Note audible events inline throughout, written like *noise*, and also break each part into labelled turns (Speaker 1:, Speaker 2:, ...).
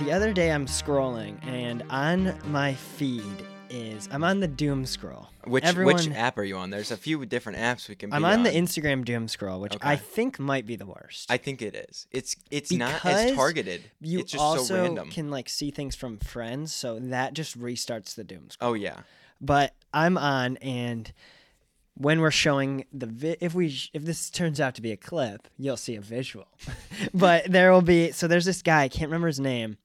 Speaker 1: the other day I'm scrolling and on my feed is I'm on the doom scroll.
Speaker 2: Which
Speaker 1: Everyone-
Speaker 2: which app are you on? There's a few different apps we can.
Speaker 1: I'm
Speaker 2: be
Speaker 1: on the Instagram doom scroll, which I
Speaker 2: Okay.
Speaker 1: think might be the worst.
Speaker 2: I think it is. It's it's not as
Speaker 1: Because
Speaker 2: targeted.
Speaker 1: you
Speaker 2: it's just
Speaker 1: also
Speaker 2: so random.
Speaker 1: can like see things from friends, so that just restarts the doom scroll.
Speaker 2: Oh yeah.
Speaker 1: But I'm on and when we're showing the vi- if we if this turns out to be a clip, you'll see a visual. *laughs* but there will be so there's this guy, I can't remember his name,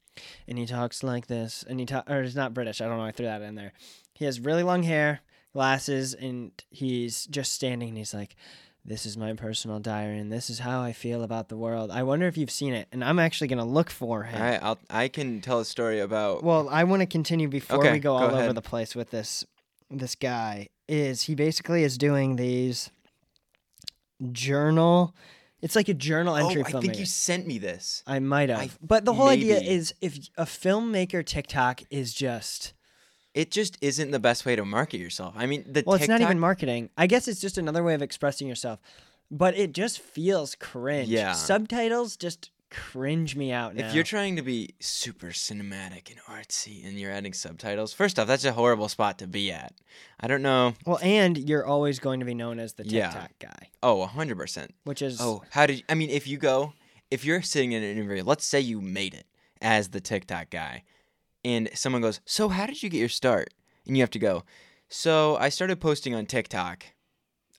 Speaker 1: and he talks like this and he talk or he's not British, I don't know, I threw that in there. He has really long hair, glasses, and he's just standing and he's like this is my personal diary, and this is how I feel about the world. I wonder if you've seen it, and I'm actually gonna look for him.
Speaker 2: All right. I'll I can tell a story about.
Speaker 1: Well, I want to continue before
Speaker 2: Okay,
Speaker 1: we go,
Speaker 2: go
Speaker 1: all over
Speaker 2: ahead.
Speaker 1: the place with this this guy. Is he basically is doing these journal? It's like a journal
Speaker 2: oh,
Speaker 1: entry.
Speaker 2: I think you
Speaker 1: filmmaker.
Speaker 2: sent me this.
Speaker 1: I might
Speaker 2: I-
Speaker 1: have, but the whole idea
Speaker 2: maybe.
Speaker 1: is if a filmmaker TikTok is just
Speaker 2: It just isn't the best way to market yourself. I mean, the
Speaker 1: well, it's
Speaker 2: TikTok,
Speaker 1: not even marketing. I guess it's just another way of expressing yourself, but it just feels cringe.
Speaker 2: Yeah.
Speaker 1: subtitles just cringe me out. Now.
Speaker 2: If you're trying to be super cinematic and artsy and you're adding subtitles, first off, that's a horrible spot to be at. I don't know.
Speaker 1: well, and you're always going to be known as the
Speaker 2: Yeah.
Speaker 1: TikTok guy,
Speaker 2: Oh, 100%.
Speaker 1: which is
Speaker 2: Oh, how did you, I mean if you go if you're sitting in an interview, let's say you made it as the TikTok guy, and someone goes, "So how did you get your start?" and you have to go, "So I started posting on TikTok."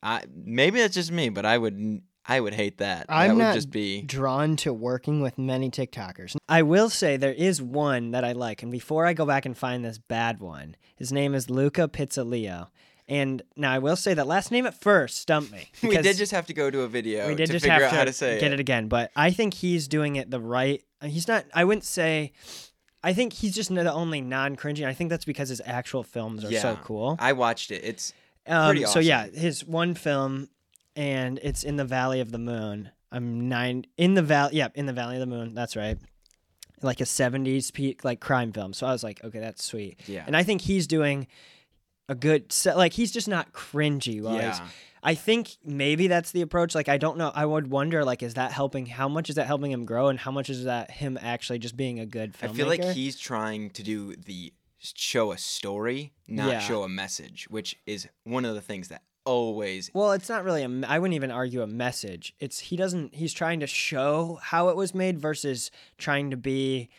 Speaker 2: I maybe that's just me, but I would n- I would hate that.
Speaker 1: I'm
Speaker 2: that
Speaker 1: not
Speaker 2: would
Speaker 1: *laughs*
Speaker 2: just be
Speaker 1: drawn to working with many TikTokers. I will say there is one that I like, and before I go back and find this bad one, his name is Luca Pizzolio. And now I will say that last name at first stumped me.
Speaker 2: *laughs* we did
Speaker 1: because
Speaker 2: just have to go to a video
Speaker 1: we did
Speaker 2: to
Speaker 1: just
Speaker 2: figure
Speaker 1: have
Speaker 2: out
Speaker 1: to
Speaker 2: how to say
Speaker 1: get
Speaker 2: it.
Speaker 1: it again, but I think he's doing it the right. He's not. I wouldn't say. I think he's just the only non-cringy. I think that's because his actual films are so
Speaker 2: Yeah.
Speaker 1: cool.
Speaker 2: I watched it. It's
Speaker 1: Um,
Speaker 2: Pretty
Speaker 1: So yeah, his one film, and it's in the Valley of the Moon. I'm nine in the valley. Yep, in the Valley of the Moon. That's right. Like a '70s peak, like crime film. So I was like, okay, that's sweet.
Speaker 2: yeah.
Speaker 1: And I think he's doing a good set. Like he's just not cringy. While he's-
Speaker 2: yeah.
Speaker 1: I think maybe that's the approach. Like I don't know. I would wonder like, is that helping? How much is that helping him grow? And how much is that him actually just being a good
Speaker 2: I
Speaker 1: filmmaker?
Speaker 2: feel like he's trying to do the show a story, not
Speaker 1: Yeah.
Speaker 2: show a message, which is one of the things that always.
Speaker 1: Well, it's not really a. me- I wouldn't even argue a message. It's he doesn't. He's trying to show how it was made versus trying to be,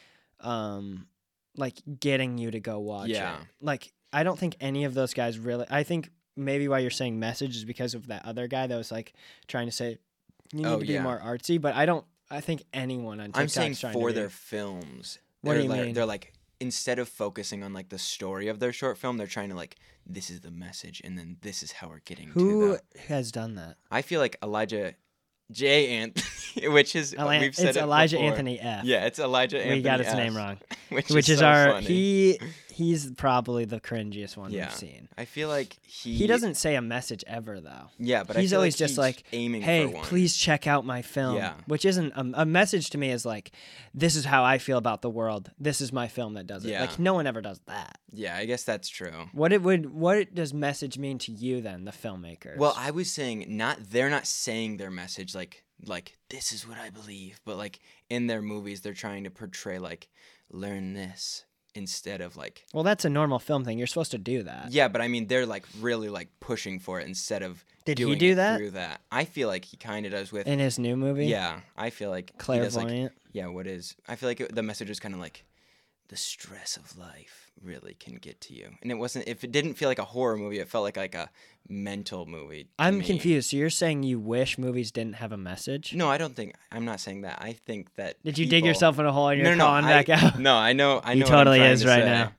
Speaker 1: um, like getting you to go watch it.
Speaker 2: Yeah.
Speaker 1: Like I don't think any of those guys really. I think maybe why you're saying message is because of that other guy that was like trying to say you need
Speaker 2: Oh,
Speaker 1: to be
Speaker 2: yeah.
Speaker 1: more artsy. But I don't. I think anyone on TikTok
Speaker 2: I'm saying
Speaker 1: trying
Speaker 2: for
Speaker 1: to be-
Speaker 2: their films.
Speaker 1: What do
Speaker 2: they're
Speaker 1: you
Speaker 2: like,
Speaker 1: mean?
Speaker 2: They're like instead of focusing on like the story of their short film, they're trying to like this is the message, and then this is how we're getting to.
Speaker 1: Who
Speaker 2: The,
Speaker 1: has done that?
Speaker 2: I feel like Elijah J. Anthony, *laughs* which is
Speaker 1: Eli-
Speaker 2: we've said
Speaker 1: it's
Speaker 2: it
Speaker 1: Elijah
Speaker 2: before.
Speaker 1: Anthony F.
Speaker 2: Yeah, it's Elijah Anthony.
Speaker 1: we got his
Speaker 2: F,
Speaker 1: name wrong.
Speaker 2: *laughs* which,
Speaker 1: Which is,
Speaker 2: so
Speaker 1: our
Speaker 2: funny.
Speaker 1: he. He's probably the cringiest one
Speaker 2: Yeah.
Speaker 1: we've seen.
Speaker 2: I feel like he
Speaker 1: He doesn't say a message ever though.
Speaker 2: Yeah, but I
Speaker 1: he's
Speaker 2: feel
Speaker 1: always
Speaker 2: like
Speaker 1: just
Speaker 2: he's
Speaker 1: like,
Speaker 2: aiming.
Speaker 1: Hey,
Speaker 2: for one.
Speaker 1: please check out my film,
Speaker 2: Yeah.
Speaker 1: which isn't um, a, a message to me. Is like, this is how I feel about the world. This is my film that does it.
Speaker 2: Yeah.
Speaker 1: Like no one ever does that.
Speaker 2: Yeah, I guess that's true.
Speaker 1: What it would, what it- does message mean to you then, the filmmakers?
Speaker 2: Well, I was saying not they're not saying their message like like this is what I believe, but like in their movies they're trying to portray like learn this instead of like
Speaker 1: well, that's a normal film thing. You're supposed to do that.
Speaker 2: yeah, but I mean they're like really like pushing for it instead of
Speaker 1: Did he
Speaker 2: doing
Speaker 1: do
Speaker 2: it
Speaker 1: that?
Speaker 2: through that. I feel like he kind of does with
Speaker 1: In his new movie,
Speaker 2: yeah. I feel like he does, like-
Speaker 1: clairvoyant.
Speaker 2: yeah, what is? I feel like it, the message was kind of like the stress of life really can get to you, and it wasn't. If it didn't feel like a horror movie, it felt like like a mental movie. to
Speaker 1: I'm
Speaker 2: me.
Speaker 1: confused. So you're saying you wish movies didn't have a message?
Speaker 2: No, I don't think I'm not saying that. I think that.
Speaker 1: Did you dig
Speaker 2: people-
Speaker 1: yourself in a hole and
Speaker 2: No,
Speaker 1: you're
Speaker 2: no, no,
Speaker 1: calling
Speaker 2: I,
Speaker 1: back out?
Speaker 2: No, I know. I
Speaker 1: He
Speaker 2: know. what I'm
Speaker 1: totally
Speaker 2: trying
Speaker 1: is
Speaker 2: to
Speaker 1: right
Speaker 2: say.
Speaker 1: now.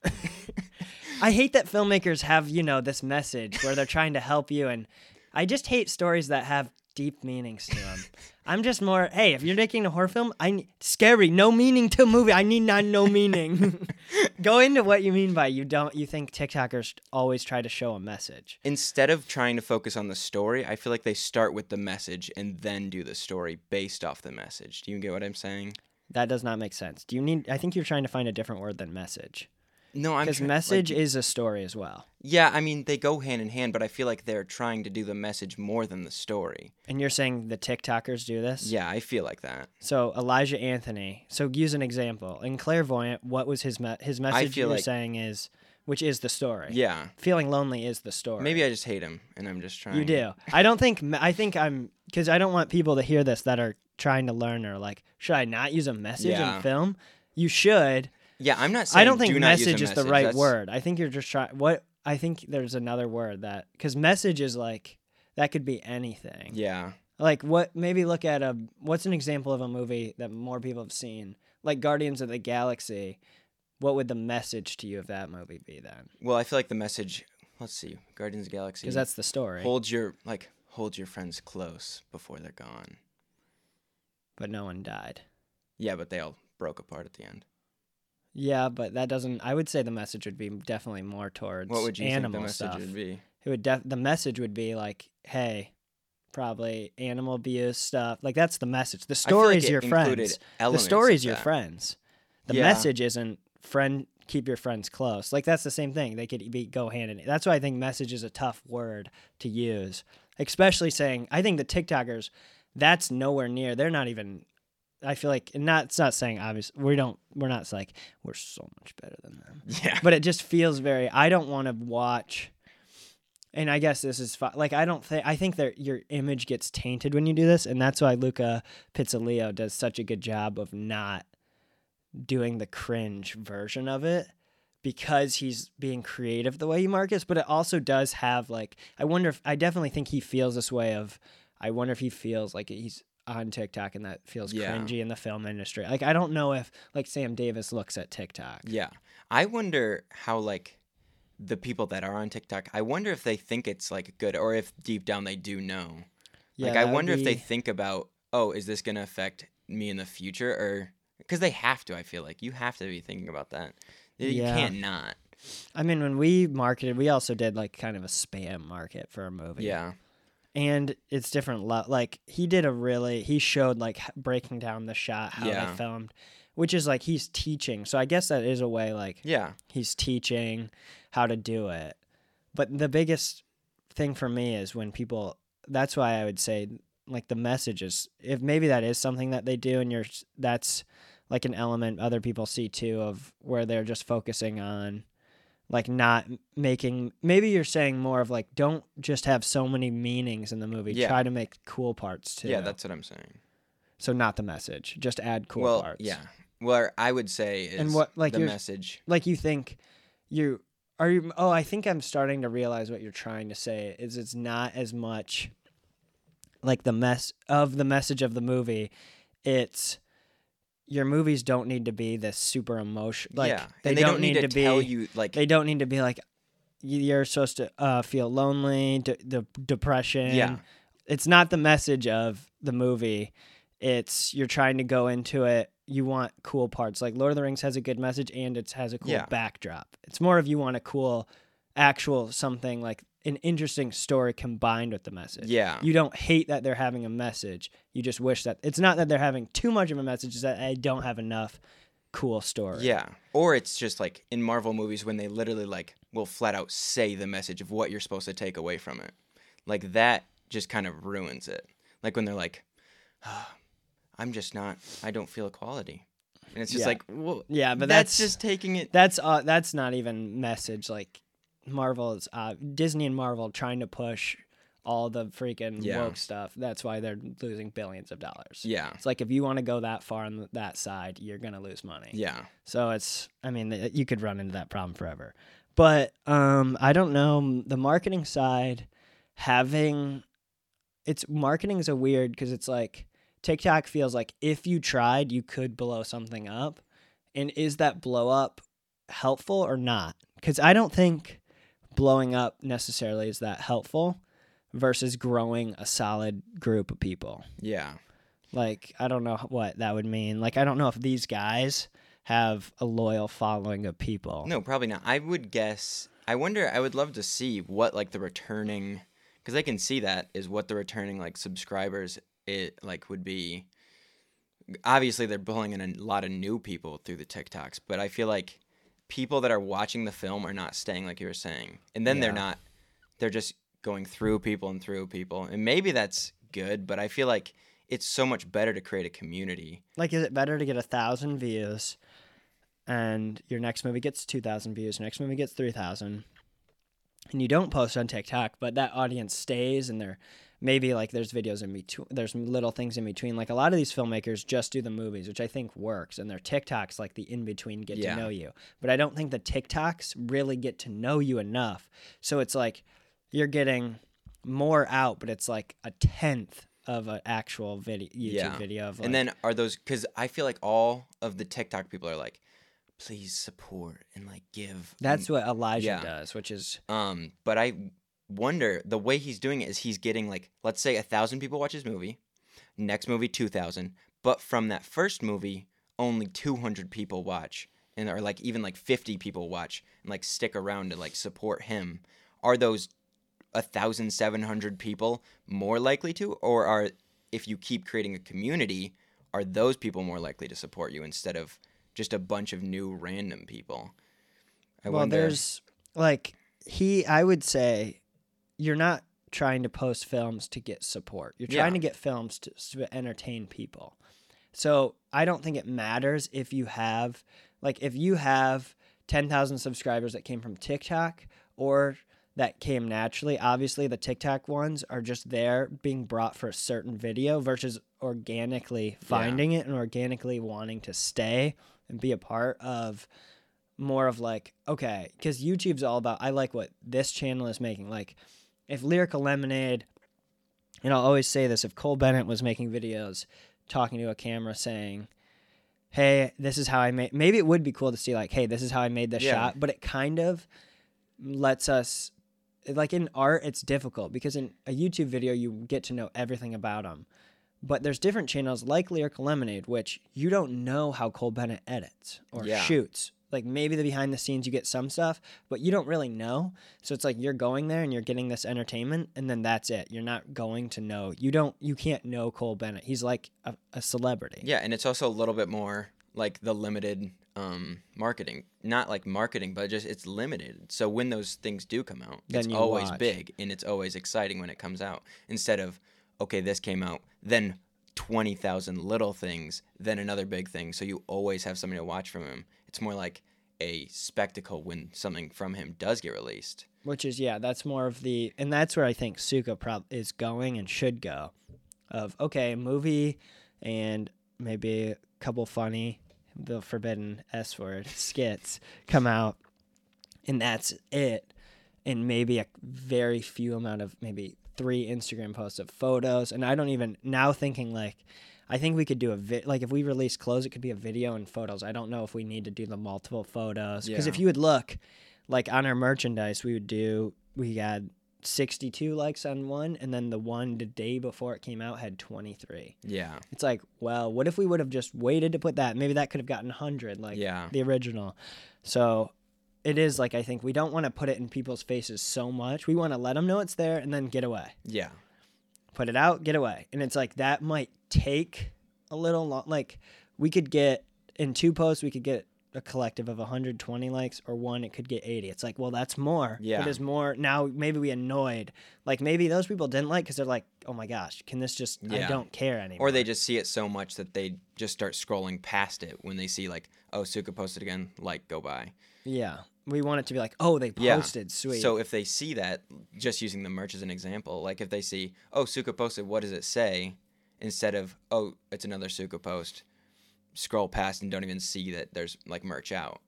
Speaker 1: I hate that filmmakers have, you know, this message where they're trying to help you. And I just hate stories that have deep meanings to them. I'm just more, hey, if you're making a horror film, I need, scary, no meaning to movie. I need not no meaning. *laughs* Go into what you mean by you don't, you think TikTokers always try to show a message.
Speaker 2: *laughs* Instead of trying to focus on the story, I feel like they start with the message and then do the story based off the message. Do you get what I'm saying?
Speaker 1: That does not make sense. Do you need, I think you're trying to find a different word than message.
Speaker 2: No, I'm
Speaker 1: because
Speaker 2: try- like,
Speaker 1: message is a story as well.
Speaker 2: yeah, I mean they go hand in hand, but I feel like they're trying to do the message more than the story.
Speaker 1: And you're saying the TikTokers do this?
Speaker 2: Yeah, I feel like that.
Speaker 1: So Elijah Anthony. So use an example in clairvoyant. What was his me- his message?
Speaker 2: feel
Speaker 1: You're
Speaker 2: like-
Speaker 1: saying is, which is the story.
Speaker 2: Yeah,
Speaker 1: Feeling lonely is the story.
Speaker 2: maybe I just hate him, and I'm just trying.
Speaker 1: you do. I don't think. me- I think I'm because I don't want people to hear this that are trying to learn or like, should I not use a message
Speaker 2: Yeah.
Speaker 1: in film? You should.
Speaker 2: Yeah, I'm not. Saying
Speaker 1: I don't think
Speaker 2: do not use
Speaker 1: message,
Speaker 2: a
Speaker 1: is the right
Speaker 2: That's-
Speaker 1: word. I think you're just trying. What I think there's another word that because message is like that could be anything.
Speaker 2: Yeah,
Speaker 1: Like what? Maybe look at a what's an example of a movie that more people have seen, like Guardians of the Galaxy. What would the message to you of that movie be then?
Speaker 2: well, I feel like the message. Let's see, Guardians of the Galaxy.
Speaker 1: Because that's the story.
Speaker 2: hold your like hold your friends close before they're gone.
Speaker 1: but no one died.
Speaker 2: Yeah, but they all broke apart at the end.
Speaker 1: Yeah, but that doesn't. I would say the message would be definitely more towards
Speaker 2: What would you think the
Speaker 1: animal
Speaker 2: message
Speaker 1: stuff.
Speaker 2: would be?
Speaker 1: It would def- the message would be like, hey, probably animal abuse stuff. Like that's the message. The
Speaker 2: I feel like
Speaker 1: story's
Speaker 2: it
Speaker 1: your
Speaker 2: included
Speaker 1: friends. The
Speaker 2: elements of
Speaker 1: story's your
Speaker 2: that.
Speaker 1: friends. The
Speaker 2: Yeah.
Speaker 1: message isn't friend. Keep your friends close. Like that's the same thing. They could be go hand in. That's why I think message is a tough word to use, especially saying. I think the TikTokers, that's nowhere near. They're not even. I feel like and not. It's not saying obvious. We don't. We're not like we're so much better than them
Speaker 2: *laughs* Yeah.
Speaker 1: but it just feels very i don't want to watch and i guess this is fi- like i don't think i think that your image gets tainted when you do this and that's why luca pizzolio does such a good job of not doing the cringe version of it because he's being creative the way he markets but it also does have like i wonder if i definitely think he feels this way of i wonder if he feels like he's on TikTok and that feels
Speaker 2: Yeah.
Speaker 1: cringy in the film industry. Like I don't know if like Sam Davis looks at TikTok.
Speaker 2: Yeah. I wonder how like the people that are on TikTok, I wonder if they think it's like good or if deep down they do know. like I
Speaker 1: that would
Speaker 2: wonder if they
Speaker 1: be-
Speaker 2: think about, oh, is this going to affect me in the future or cuz they have to, I feel like. You have to be thinking about that. You you
Speaker 1: Yeah.
Speaker 2: can't not.
Speaker 1: I mean, when we marketed, we also did like kind of a spam market for a movie.
Speaker 2: Yeah.
Speaker 1: And it's different. Lo- like he did a really, he showed like h- breaking down the shot, how
Speaker 2: Yeah.
Speaker 1: they filmed, which is like he's teaching. So I guess that is a way like
Speaker 2: Yeah.
Speaker 1: he's teaching how to do it. But the biggest thing for me is when people, that's why I would say like the messages, if maybe that is something that they do and you're, s- that's like an element other people see too of where they're just focusing on like not m- making maybe you're saying more of like don't just have so many meanings in the movie
Speaker 2: Yeah.
Speaker 1: try to make cool parts too
Speaker 2: Yeah, that's what I'm saying.
Speaker 1: so not the message just add cool
Speaker 2: well,
Speaker 1: parts
Speaker 2: yeah. Where I would say is
Speaker 1: And what, like,
Speaker 2: the
Speaker 1: you're-
Speaker 2: message.
Speaker 1: like you think you are you oh i think i'm starting to realize what you're trying to say is it's not as much like the mess of the message of the movie it's your movies don't need to be this super emotion like
Speaker 2: yeah.
Speaker 1: they,
Speaker 2: and
Speaker 1: don't, need, to,
Speaker 2: tell
Speaker 1: be
Speaker 2: you like
Speaker 1: they don't need to be like y- you're supposed to uh, feel lonely de- the depression
Speaker 2: Yeah.
Speaker 1: it's not the message of the movie it's you're trying to go into it you want cool parts like lord of the rings has a good message and it has a cool
Speaker 2: Yeah.
Speaker 1: backdrop it's more of you want a cool actual something like an interesting story combined with the message
Speaker 2: Yeah.
Speaker 1: you don't hate that they're having a message you just wish that it's not that they're having too much of a message it's that i don't have enough cool story
Speaker 2: Yeah. Or it's just like in Marvel movies when they literally like will flat out say the message of what you're supposed to take away from it. Like that just kind of ruins it. Like when they're like, "Ah, I'm just not, I don't feel equality. And it's just
Speaker 1: Yeah.
Speaker 2: like, well,
Speaker 1: yeah but
Speaker 2: that's,
Speaker 1: that's
Speaker 2: just taking it.
Speaker 1: that's uh, that's not even message like marvel is uh, disney and marvel trying to push all the freaking
Speaker 2: Yeah.
Speaker 1: woke stuff that's why they're losing billions of dollars
Speaker 2: yeah.
Speaker 1: it's like if you want to go that far on that side you're gonna lose money
Speaker 2: Yeah.
Speaker 1: so it's i mean th- you could run into that problem forever but um i don't know the marketing side having it's marketing is a weird because it's like tiktok feels like if you tried you could blow something up and is that blow up helpful or not because i don't think blowing up necessarily is that helpful versus growing a solid group of people
Speaker 2: Yeah.
Speaker 1: like i don't know what that would mean like i don't know if these guys have a loyal following of people
Speaker 2: No, probably not. I would guess, I wonder, I would love to see what like the returning, because I can see that is what the returning like subscribers it like would be. Obviously, they're pulling in a lot of new people through the TikToks, but I feel like people that are watching the film are not staying like you were saying and then they're
Speaker 1: Yeah.
Speaker 2: not they're just going through people and through people and maybe that's good but i feel like it's so much better to create a community
Speaker 1: Like, is it better to get a thousand views, and your next movie gets two thousand views, your next movie gets three thousand, and you don't post on TikTok, but that audience stays, and they're maybe like there's videos in between, there's little things in between. Like a lot of these filmmakers just do the movies, which I think works, and their TikToks like the in between get
Speaker 2: Yeah.
Speaker 1: to know you, but I don't think the TikToks really get to know you enough. So it's like you're getting more out, but it's like a tenth of an actual video YouTube
Speaker 2: Yeah.
Speaker 1: video of like,
Speaker 2: and then are those because i feel like all of the tiktok people are like please support and like give
Speaker 1: That's what Elijah
Speaker 2: yeah.
Speaker 1: does, which is
Speaker 2: Um, but I wonder the way he's doing it is he's getting like let's say a thousand people watch his movie, next movie two thousand, but from that first movie only two hundred people watch and or like even like fifty people watch and like stick around to like support him. Are those a thousand seven hundred people more likely to, or are if you keep creating a community, are those people more likely to support you instead of just a bunch of new random people? I
Speaker 1: well,
Speaker 2: wonder.
Speaker 1: there's like he. I would say you're not trying to post films to get support. You're trying
Speaker 2: Yeah.
Speaker 1: to get films to, to entertain people. So I don't think it matters if you have like if you have ten thousand subscribers that came from TikTok or that came naturally. Obviously, the TikTok ones are just there being brought for a certain video versus organically finding it and organically wanting to stay and be a part of more of like okay because youtube's all about i like what this channel is making like if lyrical lemonade and i'll always say this if cole bennett was making videos talking to a camera saying hey this is how i made maybe it would be cool to see like hey this is how i made this
Speaker 2: Yeah.
Speaker 1: shot but it kind of lets us like in art it's difficult because in a youtube video you get to know everything about them but there's different channels like lyrical lemonade which you don't know how cole bennett edits or
Speaker 2: Yeah.
Speaker 1: shoots like maybe the behind the scenes you get some stuff but you don't really know so it's like you're going there and you're getting this entertainment and then that's it you're not going to know you don't you can't know cole bennett he's like a, a celebrity
Speaker 2: Yeah, and it's also a little bit more like the limited um, marketing, not like marketing, but just it's limited. So when those things do come out,
Speaker 1: Then
Speaker 2: it's
Speaker 1: you
Speaker 2: always
Speaker 1: watch.
Speaker 2: big and it's always exciting when it comes out. Instead of okay, this came out, then twenty thousand little things, then another big thing. So you always have something to watch from him. It's more like a spectacle when something from him does get released.
Speaker 1: which is yeah that's more of the and that's where i think suka prob- is going and should go of okay a movie and maybe a couple funny the forbidden s word skits come out and that's it and maybe a very few amount of maybe three instagram posts of photos and i don't even now thinking like i think we could do a vid like if we release clothes it could be a video and photos i don't know if we need to do the multiple photos because if
Speaker 2: Yeah.
Speaker 1: you would look like on our merchandise we would do we had 62 likes on one and then the one the day before it came out had 23
Speaker 2: Yeah,
Speaker 1: it's like well what if we would have just waited to put that maybe that could have gotten 100 like
Speaker 2: yeah,
Speaker 1: the original. So it is like I think we don't want to put it in people's faces so much. We want to let them know it's there and then get away.
Speaker 2: yeah,
Speaker 1: Put it out, get away. And it's like that might take a little long. Like we could get in two posts, we could get a collective of 120 likes or one it could get 80 it's like well that's more
Speaker 2: Yeah.
Speaker 1: it is more now maybe we annoyed like maybe those people didn't like because they're like oh my gosh can this just i
Speaker 2: Yeah.
Speaker 1: don't care anymore
Speaker 2: Or they just see it so much that they just start scrolling past it when they see like, oh, Suka posted again, like go by.
Speaker 1: yeah we want it to be like oh they
Speaker 2: Yeah.
Speaker 1: posted sweet
Speaker 2: So if they see that, just using the merch as an example, like if they see, oh, Suka posted, what does it say? Instead of, oh, it's another Suka post, scroll past and don't even see that there's like merch out.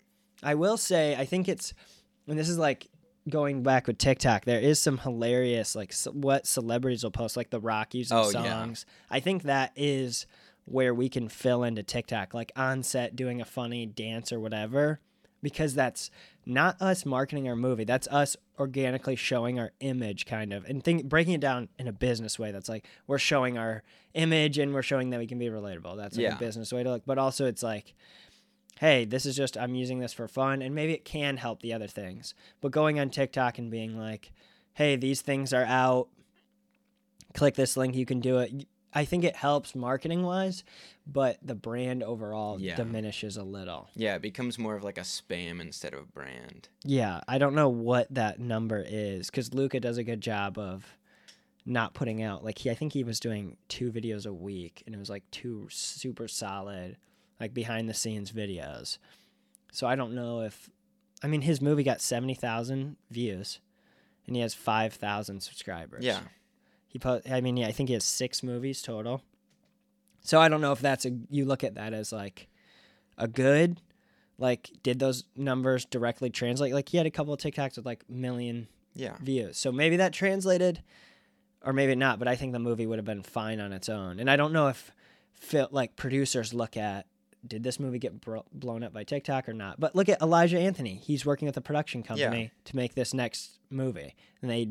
Speaker 1: I will say, I think it's, and this is like going back with TikTok. There is some hilarious, like ce- what celebrities will post, like the Rockies and
Speaker 2: Oh, yeah.
Speaker 1: songs. I think that is where we can fill into TikTok, like on set doing a funny dance or whatever, because that's not us marketing our movie. That's us organically showing our image, kind of, and think breaking it down in a business way. That's like we're showing our image and we're showing that we can be relatable. That's like
Speaker 2: Yeah.
Speaker 1: a business way to look, but also it's like hey, this is just, I'm using this for fun, and maybe it can help the other things. But going on TikTok and being like, hey, these things are out, click this link, you can do it. I think it helps marketing wise, but the brand overall
Speaker 2: Yeah.
Speaker 1: diminishes a little.
Speaker 2: Yeah, it becomes more of like a spam instead of a brand.
Speaker 1: Yeah, I don't know what that number is because Luca does a good job of not putting out like he. I think he was doing two videos a week, and it was like two super solid, like behind the scenes videos. So I don't know if, I mean, his movie got seventy thousand views, and he has five thousand subscribers.
Speaker 2: Yeah.
Speaker 1: He po- I mean, yeah, I think he has six movies total. So I don't know if that's a you look at that as like a good like did those numbers directly translate? Like he had a couple of TikToks with like million
Speaker 2: Yeah.
Speaker 1: views. So maybe that translated or maybe not, but I think the movie would have been fine on its own. And I don't know if fil- like producers look at did this movie get bro- blown up by TikTok or not? But look at Elijah Anthony. He's working with a production company to make this next movie. And they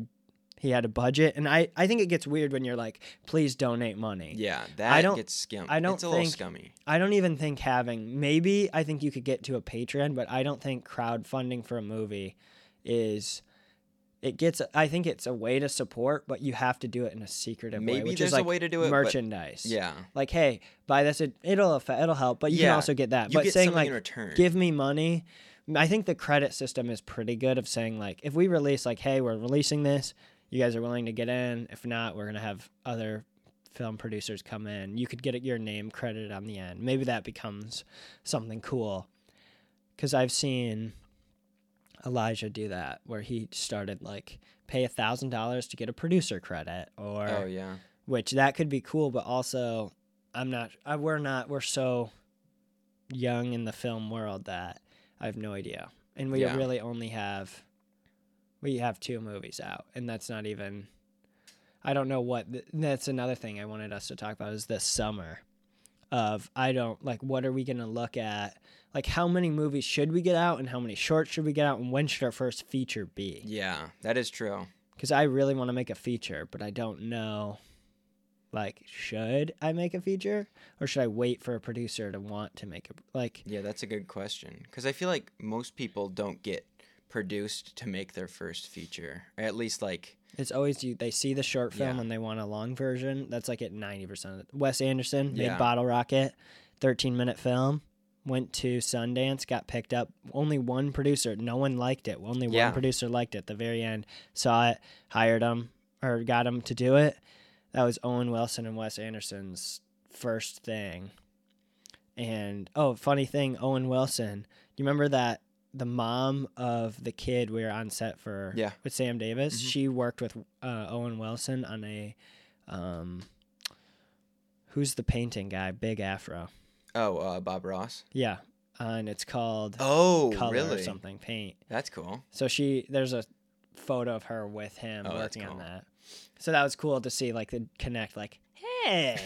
Speaker 1: he had a budget and I I think it gets weird when you're like please donate money.
Speaker 2: Yeah, that
Speaker 1: don't-
Speaker 2: gets scum.
Speaker 1: I don't
Speaker 2: it's a little
Speaker 1: think-
Speaker 2: scummy.
Speaker 1: I don't even think having maybe I think you could get to a Patreon, but I don't think crowdfunding for a movie is it gets I think it's a way to support, but you have to do it in a secretive way.
Speaker 2: Maybe
Speaker 1: which
Speaker 2: there's
Speaker 1: is like
Speaker 2: a way to do it. but-
Speaker 1: merchandise.
Speaker 2: yeah.
Speaker 1: Like, hey, buy this it, it'll affa- it'll help, but you can
Speaker 2: Yeah,
Speaker 1: also get that.
Speaker 2: You
Speaker 1: but
Speaker 2: get
Speaker 1: saying
Speaker 2: something
Speaker 1: like
Speaker 2: in return.
Speaker 1: give me money. I think the credit system is pretty good of saying like if we release like hey we're releasing this you guys are willing to get in if not we're gonna have other film producers come in you could get your name credited on the end maybe that becomes something cool because I've seen Elijah do that where he started like pay a thousand dollars to get a producer credit or
Speaker 2: oh yeah.
Speaker 1: which that could be cool but also i'm not I, we're not we're so young in the film world that i have no idea and we
Speaker 2: Yeah.
Speaker 1: really only have we have two movies out and that's not even i don't know what th- that's another thing i wanted us to talk about is this summer of i don't like what are we going to look at like how many movies should we get out and how many shorts should we get out and when should our first feature be
Speaker 2: Yeah, that is true.
Speaker 1: because I really want to make a feature, but I don't know. Like, should I make a feature, or should I wait for a producer to want to make a like?
Speaker 2: Yeah, that's a good question because I feel like most people don't get produced to make their first feature. Or at least like
Speaker 1: It's always you. They see the short film
Speaker 2: Yeah.
Speaker 1: and they want a long version. That's like at ninety percent. of the Wes Anderson made
Speaker 2: Yeah.
Speaker 1: Bottle Rocket, thirteen minute film. Went to Sundance, got picked up. Only one producer. No one liked it. Only
Speaker 2: Yeah.
Speaker 1: one producer liked it. At the very end, saw it, hired him or got him to do it. That was Owen Wilson and Wes Anderson's first thing. And oh, funny thing, Owen Wilson. You remember that the mom of the kid we were on set for
Speaker 2: Yeah.
Speaker 1: with Sam Davis?
Speaker 2: Mhm.
Speaker 1: She worked with uh, Owen Wilson on a um who's the painting guy? Big Afro.
Speaker 2: oh uh, Bob Ross.
Speaker 1: Yeah. and it's called
Speaker 2: Oh
Speaker 1: Color or
Speaker 2: really?
Speaker 1: something, paint.
Speaker 2: That's cool.
Speaker 1: So she there's a photo of her with him
Speaker 2: Oh, that's
Speaker 1: working on
Speaker 2: cool.
Speaker 1: that. So that was cool to see like the connect like, hey,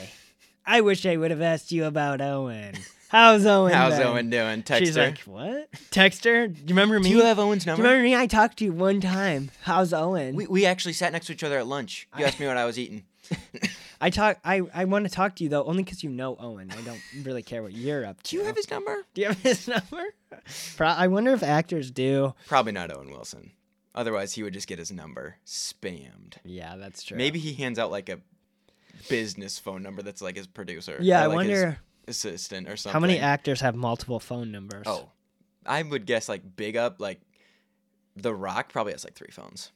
Speaker 1: I wish I would have asked you about Owen. How's Owen?
Speaker 2: How's
Speaker 1: been?"
Speaker 2: Owen doing? Text
Speaker 1: She's
Speaker 2: her.
Speaker 1: like, what? Texter? Do you remember me?
Speaker 2: Do you have Owen's
Speaker 1: Do you
Speaker 2: number?
Speaker 1: remember me? I talked to you one time. How's Owen?
Speaker 2: We, we actually sat next to each other at lunch. You
Speaker 1: I-
Speaker 2: asked me what I was eating.
Speaker 1: I talk. I, I want to talk to you though, only because you know Owen. I don't really care what you're up to.
Speaker 2: *laughs* Do you have his number?
Speaker 1: *laughs* Do you have his number? Pro- I wonder if actors do.
Speaker 2: Probably not Owen Wilson. Otherwise, he would just get his number spammed.
Speaker 1: Yeah, that's true.
Speaker 2: Maybe he hands out like a business phone number that's like his producer.
Speaker 1: Yeah,
Speaker 2: or
Speaker 1: I
Speaker 2: like his
Speaker 1: wonder
Speaker 2: assistant or something.
Speaker 1: how many actors have multiple phone numbers.
Speaker 2: Oh, I would guess like Big Up, like The Rock probably has like three phones,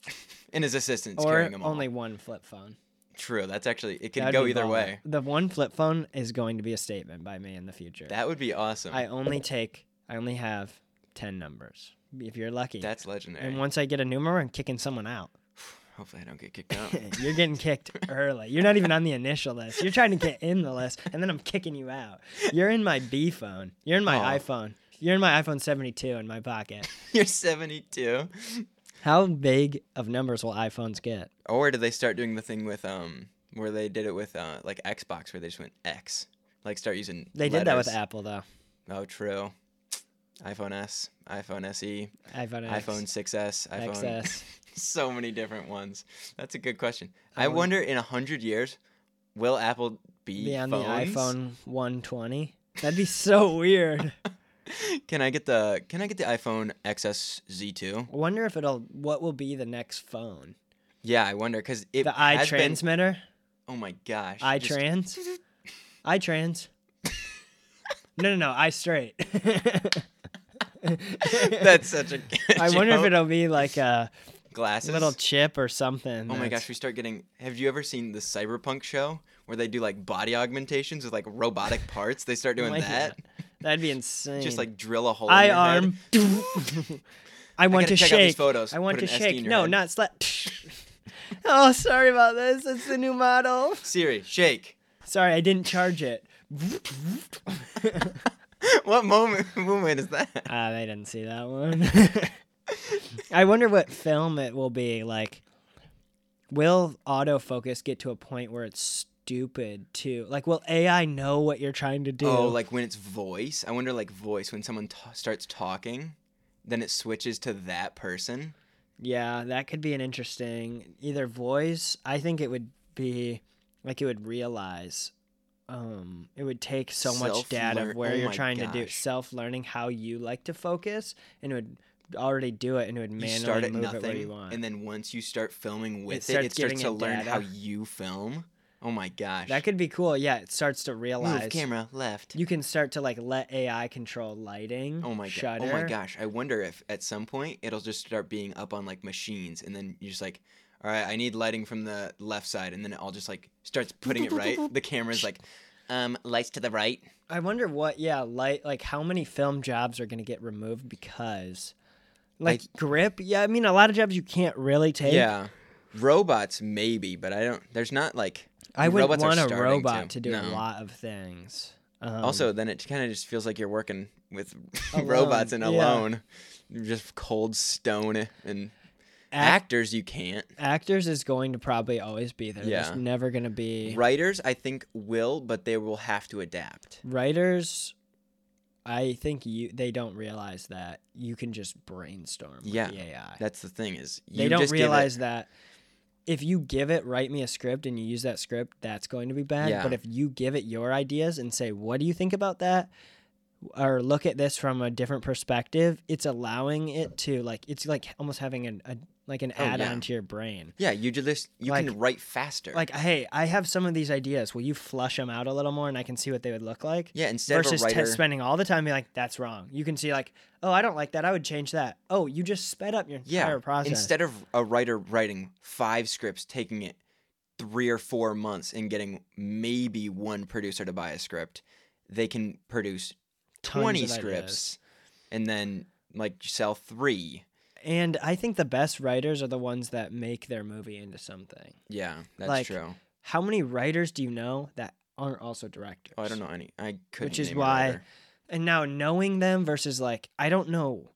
Speaker 2: *laughs* and his assistant's
Speaker 1: or
Speaker 2: carrying them all.
Speaker 1: only one flip phone.
Speaker 2: True. That's actually it could
Speaker 1: That'd
Speaker 2: go
Speaker 1: be
Speaker 2: either
Speaker 1: baller.
Speaker 2: way.
Speaker 1: The one flip phone is going to be a statement by me in the future.
Speaker 2: That would be awesome.
Speaker 1: I only take, I only have ten numbers. If you're lucky,
Speaker 2: that's legendary.
Speaker 1: and once I get a numero, I'm kicking someone out.
Speaker 2: Hopefully, I don't get
Speaker 1: *laughs*
Speaker 2: kicked out.
Speaker 1: you're getting kicked early. You're not even on the initial list. You're trying to get in the list, and then I'm kicking you out. You're in my B phone. You're in my
Speaker 2: Aw.
Speaker 1: iPhone. You're in my iPhone 72 in my pocket.
Speaker 2: You're 72.
Speaker 1: How big of numbers will iPhones get?
Speaker 2: Or did they start doing the thing with um where they did it with uh like Xbox where they just went X, like start using.
Speaker 1: They did that with
Speaker 2: letters?
Speaker 1: Apple though.
Speaker 2: Oh, true. iPhone S, iPhone SE,
Speaker 1: iPhone X,
Speaker 2: iPhone 6S, iPhone.
Speaker 1: XS.
Speaker 2: so many different ones. That's a good question.
Speaker 1: I
Speaker 2: I,
Speaker 1: wonder-
Speaker 2: wonder in a hundred years, will Apple be
Speaker 1: be on
Speaker 2: E phones?
Speaker 1: the iPhone 120. That'd be so weird.
Speaker 2: *laughs* Can I get the Can I get the iPhone XS Z2?
Speaker 1: I wonder if it'll what will be the next phone.
Speaker 2: Yeah, I wonder because it
Speaker 1: The
Speaker 2: has
Speaker 1: iTransmitter.
Speaker 2: Oh my gosh.
Speaker 1: I
Speaker 2: Just-
Speaker 1: trans. I
Speaker 2: *laughs*
Speaker 1: trans. no, no, no. I straight. *laughs*
Speaker 2: That's such a. *laughs*
Speaker 1: I wonder if
Speaker 2: joke.
Speaker 1: it'll be like a
Speaker 2: glasses.
Speaker 1: little chip or something.
Speaker 2: Oh my
Speaker 1: that's-
Speaker 2: gosh, we start getting. Have you ever seen the cyberpunk show where they do like body augmentations with like robotic parts? They
Speaker 1: *laughs*
Speaker 2: start doing
Speaker 1: Like, yeah.
Speaker 2: that,
Speaker 1: That'd be Oh insane.
Speaker 2: just like drill a hole. in
Speaker 1: I
Speaker 2: your head.
Speaker 1: arm.
Speaker 2: *laughs*
Speaker 1: *laughs* I want
Speaker 2: gotta
Speaker 1: to
Speaker 2: check
Speaker 1: shake.
Speaker 2: out these photos.
Speaker 1: I want
Speaker 2: Put
Speaker 1: to
Speaker 2: an SD
Speaker 1: shake.
Speaker 2: in your
Speaker 1: No,
Speaker 2: head.
Speaker 1: not slap.
Speaker 2: *laughs*
Speaker 1: oh, sorry about this. It's the new model.
Speaker 2: Siri, shake. *laughs*
Speaker 1: Sorry, I didn't charge it. *laughs*
Speaker 2: what moment? *laughs* Moment is that?
Speaker 1: Ah, I didn't see that one. *laughs* I wonder what film it will be. Like, will autofocus get to a point where it's stupid too? Like, will AI know what you're trying to do?
Speaker 2: Oh, like when it's voice. I wonder, like voice when someone t- starts talking, then it switches to that person.
Speaker 1: yeah, that could be an interesting either voice. I think it would be like it would realize. Um, it would take so much data
Speaker 2: Self-learn-
Speaker 1: of where
Speaker 2: oh
Speaker 1: you're
Speaker 2: my
Speaker 1: trying to do
Speaker 2: gosh.
Speaker 1: self learning how you like to focus, and it would already do it, and it would
Speaker 2: You
Speaker 1: manually
Speaker 2: start at
Speaker 1: move
Speaker 2: nothing,
Speaker 1: it where you want.
Speaker 2: and then once you start filming with it, it,
Speaker 1: starts
Speaker 2: starts
Speaker 1: giving
Speaker 2: to
Speaker 1: it
Speaker 2: learn how
Speaker 1: data.
Speaker 2: you film. Oh my gosh.
Speaker 1: That could be cool. Yeah, it starts to
Speaker 2: Move
Speaker 1: realize
Speaker 2: camera left.
Speaker 1: you can start to like let AI control lighting.
Speaker 2: Oh my god!
Speaker 1: shutter.
Speaker 2: Oh my gosh! I wonder if at some point it'll just start being up on like machines, and then you're just like, "All right, I need lighting from the left side," and then it all just like starts putting it right. The camera's like, "Um, lights to the right."
Speaker 1: I wonder what yeah, light like how many film jobs are gonna get removed because like grip, yeah, I mean a lot of jobs you can't really take.
Speaker 2: Yeah, robots maybe, but I don't. There's not like
Speaker 1: I would
Speaker 2: robots are
Speaker 1: want a
Speaker 2: starting
Speaker 1: robot to, do a
Speaker 2: No.
Speaker 1: lot of things. Um,
Speaker 2: Also, then it kind of just feels like you're working with *laughs*
Speaker 1: Alone,
Speaker 2: robots and
Speaker 1: yeah.
Speaker 2: alone, You're just cold stone and
Speaker 1: act-
Speaker 2: actors you can't.
Speaker 1: actors is going to probably always be there.
Speaker 2: Yeah.
Speaker 1: There's never gonna be
Speaker 2: Writers, I think, will, but they will have to adapt.
Speaker 1: writers. I think you they don't realize that you can just brainstorm. with
Speaker 2: Yeah.
Speaker 1: the AI.
Speaker 2: That's the thing is you
Speaker 1: they don't
Speaker 2: just give it-
Speaker 1: realize that if you give it write me a script and you use that script that's going to be bad
Speaker 2: Yeah.
Speaker 1: but if you give it your ideas and say what do you think about that or look at this from a different perspective it's allowing it to like it's like almost having an a, like an
Speaker 2: Oh, yeah.
Speaker 1: add-on to your brain
Speaker 2: Yeah, you ju- just you
Speaker 1: Like-
Speaker 2: can write faster.
Speaker 1: like hey i have some of these ideas will you flush them out a little more and i can see what they would look like
Speaker 2: yeah, instead of
Speaker 1: versus
Speaker 2: a
Speaker 1: te-
Speaker 2: writer,
Speaker 1: spending all the time being like that's wrong you can see like oh i don't like that i would change that oh you just sped up your entire
Speaker 2: yeah,
Speaker 1: process
Speaker 2: instead of a writer writing five scripts, taking it three or four months and getting maybe one producer to buy a script, they can produce
Speaker 1: Tons
Speaker 2: twenty
Speaker 1: of ideas.
Speaker 2: scripts, and then like sell three.
Speaker 1: And I think the best writers are the ones that make their movie into something.
Speaker 2: Yeah, that's
Speaker 1: Like,
Speaker 2: true.
Speaker 1: How many writers do you know that aren't also directors?
Speaker 2: Oh, I don't know any. I couldn't.
Speaker 1: Which is
Speaker 2: name a
Speaker 1: why-
Speaker 2: writer.
Speaker 1: And now knowing them versus like, I don't know.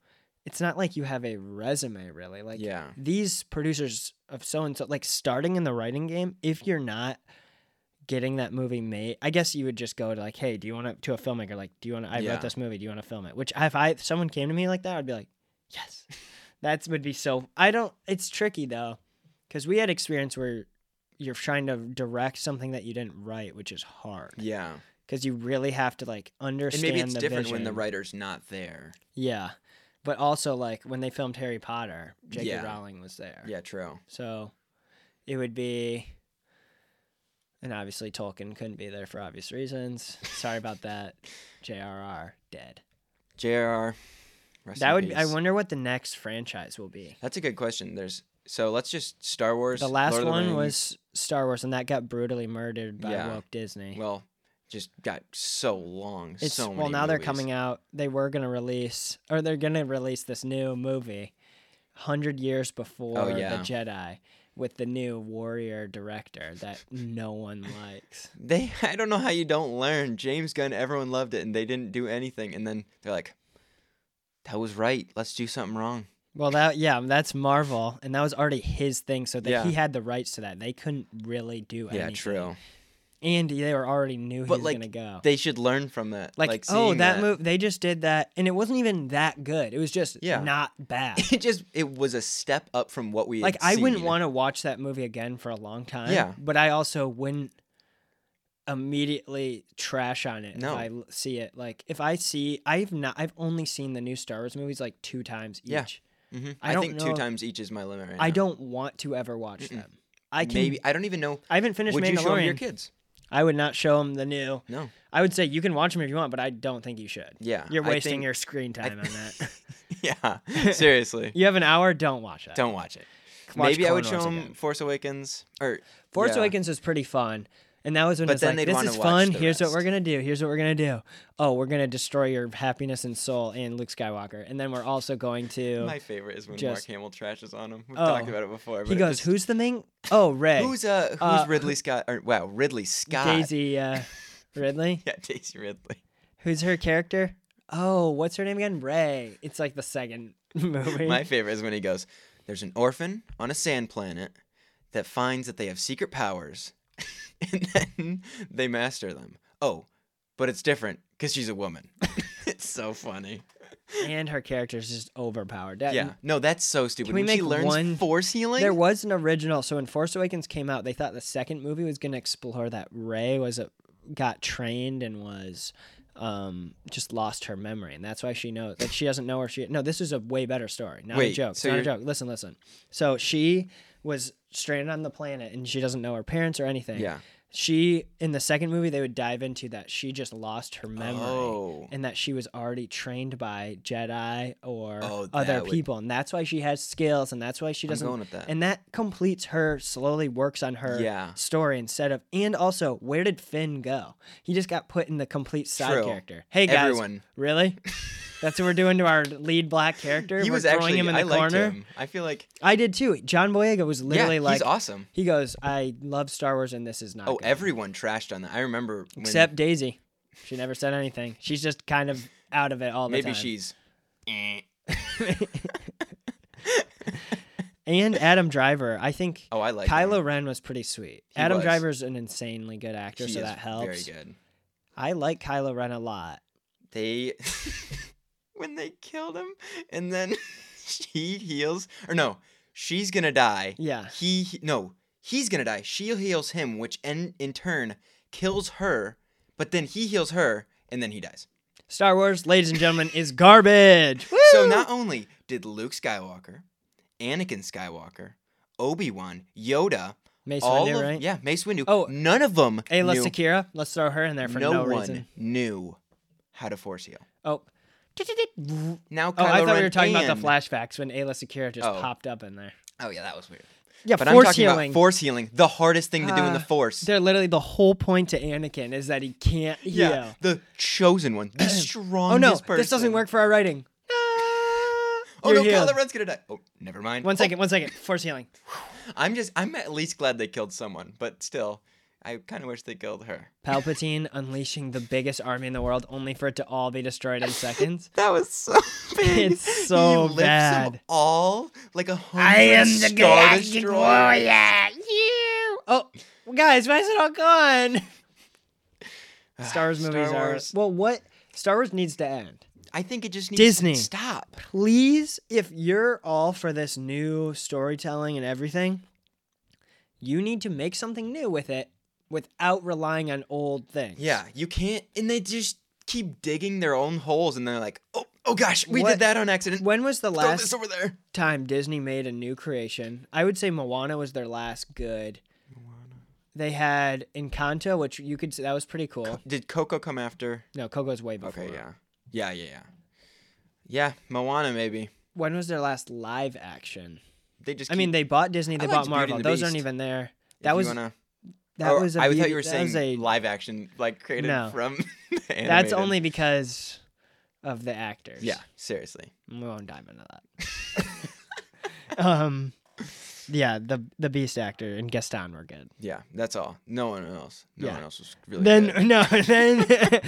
Speaker 1: It's not like you have a resume really. Like
Speaker 2: yeah,
Speaker 1: these producers of so and so, like starting in the writing game, if you're not getting that movie made, I guess you would just go to like, hey, do you want to, to a filmmaker, like, do you want to, I
Speaker 2: Yeah.
Speaker 1: wrote this movie, do you want to film it? Which if I, if someone came to me like that, I'd be like,
Speaker 2: *laughs*
Speaker 1: yes, that would be so, I don't, it's tricky though, because we had experience where you're trying to direct something that you didn't write, which is hard
Speaker 2: yeah,
Speaker 1: because you really have to like
Speaker 2: and
Speaker 1: understand
Speaker 2: maybe it's
Speaker 1: the
Speaker 2: different when the
Speaker 1: vision.
Speaker 2: writer's not there.
Speaker 1: Yeah. But also like when they filmed Harry Potter, J.K.
Speaker 2: Yeah.
Speaker 1: Rowling was there.
Speaker 2: Yeah, true.
Speaker 1: So it would be. And obviously, Tolkien couldn't be there for obvious reasons. Sorry about
Speaker 2: *laughs*
Speaker 1: that. JRR, dead.
Speaker 2: J.R. rest
Speaker 1: that
Speaker 2: in
Speaker 1: would. I
Speaker 2: peace.
Speaker 1: wonder what the next franchise will be.
Speaker 2: That's a good question. There's so let's just Star Wars.
Speaker 1: The last
Speaker 2: Lord of the
Speaker 1: one
Speaker 2: Rings-
Speaker 1: was Star Wars, and that got brutally murdered by
Speaker 2: Yeah.
Speaker 1: Walt Disney.
Speaker 2: well, just got so long.
Speaker 1: it's
Speaker 2: so
Speaker 1: well now they're coming out. They were gonna release, or they're gonna release this new movie, hundred years before
Speaker 2: Oh,
Speaker 1: the
Speaker 2: yeah.
Speaker 1: Jedi, with the new warrior director that no one likes.
Speaker 2: They *laughs* I don't know how you don't learn. James Gunn, everyone loved it, and they didn't do anything. And then they're like, "That was right. Let's do something wrong."
Speaker 1: Well, that yeah, that's Marvel, and that was already his thing. So that
Speaker 2: Yeah.
Speaker 1: he had the rights to that. They couldn't really do anything.
Speaker 2: Yeah, true.
Speaker 1: And they were already knew he
Speaker 2: But,
Speaker 1: was
Speaker 2: like,
Speaker 1: gonna go.
Speaker 2: They should learn from that.
Speaker 1: like,
Speaker 2: Like,
Speaker 1: oh,
Speaker 2: seeing
Speaker 1: that, move. They just did that, and it wasn't even that good. It was just
Speaker 2: *laughs* Yeah.
Speaker 1: not bad.
Speaker 2: It just it was a step up from what we
Speaker 1: like
Speaker 2: had
Speaker 1: I wouldn't
Speaker 2: seen.
Speaker 1: want to watch that movie again for a long time.
Speaker 2: Yeah.
Speaker 1: But I also wouldn't immediately trash on it
Speaker 2: No.
Speaker 1: if I l- see it. Like if I see, I've not, I've only seen the new Star Wars movies like two times each.
Speaker 2: Yeah. Mhm.
Speaker 1: I
Speaker 2: I,
Speaker 1: don't
Speaker 2: think
Speaker 1: know-
Speaker 2: two times each is my limit. Right
Speaker 1: I
Speaker 2: now.
Speaker 1: don't want to ever watch them. I can.
Speaker 2: Maybe I don't even know.
Speaker 1: I haven't finished
Speaker 2: Would you show 'em your
Speaker 1: Mandalorian.
Speaker 2: kids?
Speaker 1: I would not show them the new.
Speaker 2: No.
Speaker 1: I would say you can watch them if you want, but I don't think you should.
Speaker 2: Yeah.
Speaker 1: You're
Speaker 2: I
Speaker 1: wasting
Speaker 2: think-
Speaker 1: your screen time on that.
Speaker 2: *laughs*
Speaker 1: *laughs*
Speaker 2: Yeah. Seriously.
Speaker 1: You have an hour. Don't watch that.
Speaker 2: Don't watch it.
Speaker 1: Watch
Speaker 2: Maybe I would
Speaker 1: Clone Wars
Speaker 2: show them
Speaker 1: again.
Speaker 2: Force Awakens or
Speaker 1: Force
Speaker 2: yeah.
Speaker 1: Awakens was pretty fun, and that was when
Speaker 2: But
Speaker 1: it's
Speaker 2: then
Speaker 1: like,
Speaker 2: they'd
Speaker 1: this
Speaker 2: wanna
Speaker 1: is
Speaker 2: watch
Speaker 1: fun.
Speaker 2: the
Speaker 1: Here's what we're
Speaker 2: rest.
Speaker 1: gonna do. Here's what we're gonna do. Oh, we're gonna destroy your happiness and soul in Luke Skywalker, and then we're also going to.
Speaker 2: My favorite is when
Speaker 1: Just-
Speaker 2: Mark Hamill trashes on him. We've
Speaker 1: Oh.
Speaker 2: talked about it before.
Speaker 1: he
Speaker 2: but it
Speaker 1: goes,
Speaker 2: just-
Speaker 1: "Who's the main? Oh, Ray,
Speaker 2: "Who's uh, who's
Speaker 1: uh,
Speaker 2: Ridley Scott?" Or wow, Ridley Scott.
Speaker 1: Daisy uh, Ridley?
Speaker 2: *laughs* Yeah, Daisy Ridley.
Speaker 1: Who's her character? Oh, what's her name again? Ray. It's like the second *laughs* movie.
Speaker 2: My favorite is when he goes, There's an orphan on a sand planet that finds that they have secret powers *laughs* and then they master them. Oh, but it's different because she's a woman. *laughs* it's so funny.
Speaker 1: and her character's just overpowered. That-
Speaker 2: Yeah. No, that's so stupid.
Speaker 1: Uh, we
Speaker 2: when she
Speaker 1: make
Speaker 2: learns
Speaker 1: one-
Speaker 2: force healing,
Speaker 1: There was an original. So when Force Awakens came out, they thought the second movie was going to explore that Ray was a, got trained and was um, just lost her memory, and that's why she knows like she doesn't know where she. No, this is a way better story. Not a
Speaker 2: Wait,
Speaker 1: joke.
Speaker 2: so
Speaker 1: it's not a
Speaker 2: you're-
Speaker 1: joke. Listen, listen. So she was stranded on the planet, and she doesn't know her parents or anything.
Speaker 2: Yeah.
Speaker 1: She in the second movie they would dive into that she just lost her memory
Speaker 2: Oh.
Speaker 1: and that she was already trained by Jedi or
Speaker 2: Oh,
Speaker 1: other
Speaker 2: that would-
Speaker 1: people and that's why she has skills and that's why she
Speaker 2: I'm
Speaker 1: doesn't
Speaker 2: going with that.
Speaker 1: and that completes her slowly works on her
Speaker 2: Yeah.
Speaker 1: story and setup. And also, where did Finn go? He just got put in the complete side
Speaker 2: True.
Speaker 1: character. Hey guys,
Speaker 2: Everyone. *laughs*
Speaker 1: really? That's what we're doing to our lead black character.
Speaker 2: he
Speaker 1: we're
Speaker 2: was
Speaker 1: throwing
Speaker 2: actually
Speaker 1: him in the
Speaker 2: I liked
Speaker 1: corner.
Speaker 2: him. I feel like
Speaker 1: I did too. John Boyega was literally
Speaker 2: yeah,
Speaker 1: like,
Speaker 2: he's awesome.
Speaker 1: he goes, "I love Star Wars, and this is not."
Speaker 2: Oh,
Speaker 1: good."
Speaker 2: everyone trashed on that. I remember when
Speaker 1: except Daisy. She never said anything. She's just kind of out of it all the
Speaker 2: maybe
Speaker 1: time.
Speaker 2: she's eh.
Speaker 1: and Adam Driver. I think
Speaker 2: Oh, I like
Speaker 1: Kylo
Speaker 2: him.
Speaker 1: Ren was pretty sweet. Adam
Speaker 2: was.
Speaker 1: Driver's an insanely good actor,
Speaker 2: He
Speaker 1: so
Speaker 2: is
Speaker 1: that helps.
Speaker 2: Very good.
Speaker 1: I like Kylo Ren a lot.
Speaker 2: they *laughs* when they killed him and then *laughs* she heals or no she's gonna die
Speaker 1: Yeah.
Speaker 2: he he- no he's gonna die she heals him which in, in turn kills her but then he heals her and then he dies
Speaker 1: Star Wars, ladies and gentlemen,
Speaker 2: *laughs*
Speaker 1: is garbage. Woo!
Speaker 2: so not only did luke skywalker anakin skywalker obi-wan yoda
Speaker 1: Mace
Speaker 2: all
Speaker 1: Windu,
Speaker 2: of,
Speaker 1: right?
Speaker 2: yeah mace windu
Speaker 1: Oh,
Speaker 2: none of them
Speaker 1: Ayla
Speaker 2: knew,
Speaker 1: Sakura, let's throw her in there for
Speaker 2: no,
Speaker 1: no,
Speaker 2: one
Speaker 1: reason.
Speaker 2: knew how to force heal
Speaker 1: Oh.
Speaker 2: now Kylo
Speaker 1: Oh, I thought we
Speaker 2: Ren
Speaker 1: were talking about
Speaker 2: and-
Speaker 1: the flashbacks when Ayla Sakura just
Speaker 2: Oh.
Speaker 1: popped up in there.
Speaker 2: oh yeah that was weird
Speaker 1: Yeah,
Speaker 2: But I'm
Speaker 1: force
Speaker 2: talking
Speaker 1: healing.
Speaker 2: about force healing, the hardest thing to do in the
Speaker 1: Ah,
Speaker 2: force.
Speaker 1: They're literally the whole point to Anakin is that he can't heal.
Speaker 2: yeah, the chosen one,
Speaker 1: *clears throat*
Speaker 2: the
Speaker 1: Oh
Speaker 2: strongest
Speaker 1: no,
Speaker 2: person. Ah!
Speaker 1: this doesn't work for our writing. *laughs*
Speaker 2: Oh
Speaker 1: You're
Speaker 2: no,
Speaker 1: healed.
Speaker 2: Kylo Ren's gonna die. Oh, never mind.
Speaker 1: One
Speaker 2: Oh,
Speaker 1: second, one second. Force healing.
Speaker 2: I'm just, I'm at least glad they killed someone, but still, I kind of wish they killed her.
Speaker 1: Palpatine unleashing the biggest army in the world, only for it to all be
Speaker 2: *laughs*
Speaker 1: destroyed in seconds.
Speaker 2: That was so *laughs* big.
Speaker 1: It's so
Speaker 2: he lifts 'em
Speaker 1: bad.
Speaker 2: all like a hundred. I am the Star Destroyers.
Speaker 1: You. Oh, guys, why is it all
Speaker 2: *sighs*
Speaker 1: gone? *sighs* Star Wars
Speaker 2: Star
Speaker 1: movies
Speaker 2: Wars.
Speaker 1: are well. What Star Wars needs to end.
Speaker 2: I think it just needs
Speaker 1: Disney.
Speaker 2: To stop.
Speaker 1: Please, if you're all for this new storytelling and everything, you need to make something new with it without relying on old things.
Speaker 2: Yeah, you can't, and they just keep digging their own holes, and they're like, oh, oh gosh, we
Speaker 1: What-
Speaker 2: did that on accident.
Speaker 1: When was the
Speaker 2: Throw this
Speaker 1: last
Speaker 2: over there.
Speaker 1: time Disney made a new creation. I would say Moana was their last good. They had Encanto, which you could say that was pretty cool.
Speaker 2: Did Coco come after?
Speaker 1: No, Coco's way before.
Speaker 2: Okay, yeah. Yeah, yeah, yeah. Yeah, Moana maybe.
Speaker 1: When was their last live action?
Speaker 2: They just
Speaker 1: I mean, they bought Disney, they
Speaker 2: I
Speaker 1: bought
Speaker 2: liked Beauty
Speaker 1: Marvel.
Speaker 2: and the
Speaker 1: Those aren't
Speaker 2: Beast.
Speaker 1: even there.
Speaker 2: if
Speaker 1: That
Speaker 2: you
Speaker 1: was
Speaker 2: wanna,
Speaker 1: that
Speaker 2: or
Speaker 1: was. a
Speaker 2: I thought
Speaker 1: beauty-
Speaker 2: you were
Speaker 1: that
Speaker 2: saying
Speaker 1: was a-
Speaker 2: live action like created
Speaker 1: No.
Speaker 2: from *laughs* the
Speaker 1: that's
Speaker 2: animated.
Speaker 1: only because of the actors.
Speaker 2: Yeah, seriously.
Speaker 1: we won't dive into that. *laughs* um, yeah, the the Beast actor and Gaston were good.
Speaker 2: Yeah, that's all. No one else. No
Speaker 1: Yeah.
Speaker 2: one else was really
Speaker 1: then *laughs*
Speaker 2: good.
Speaker 1: no
Speaker 2: *laughs*
Speaker 1: then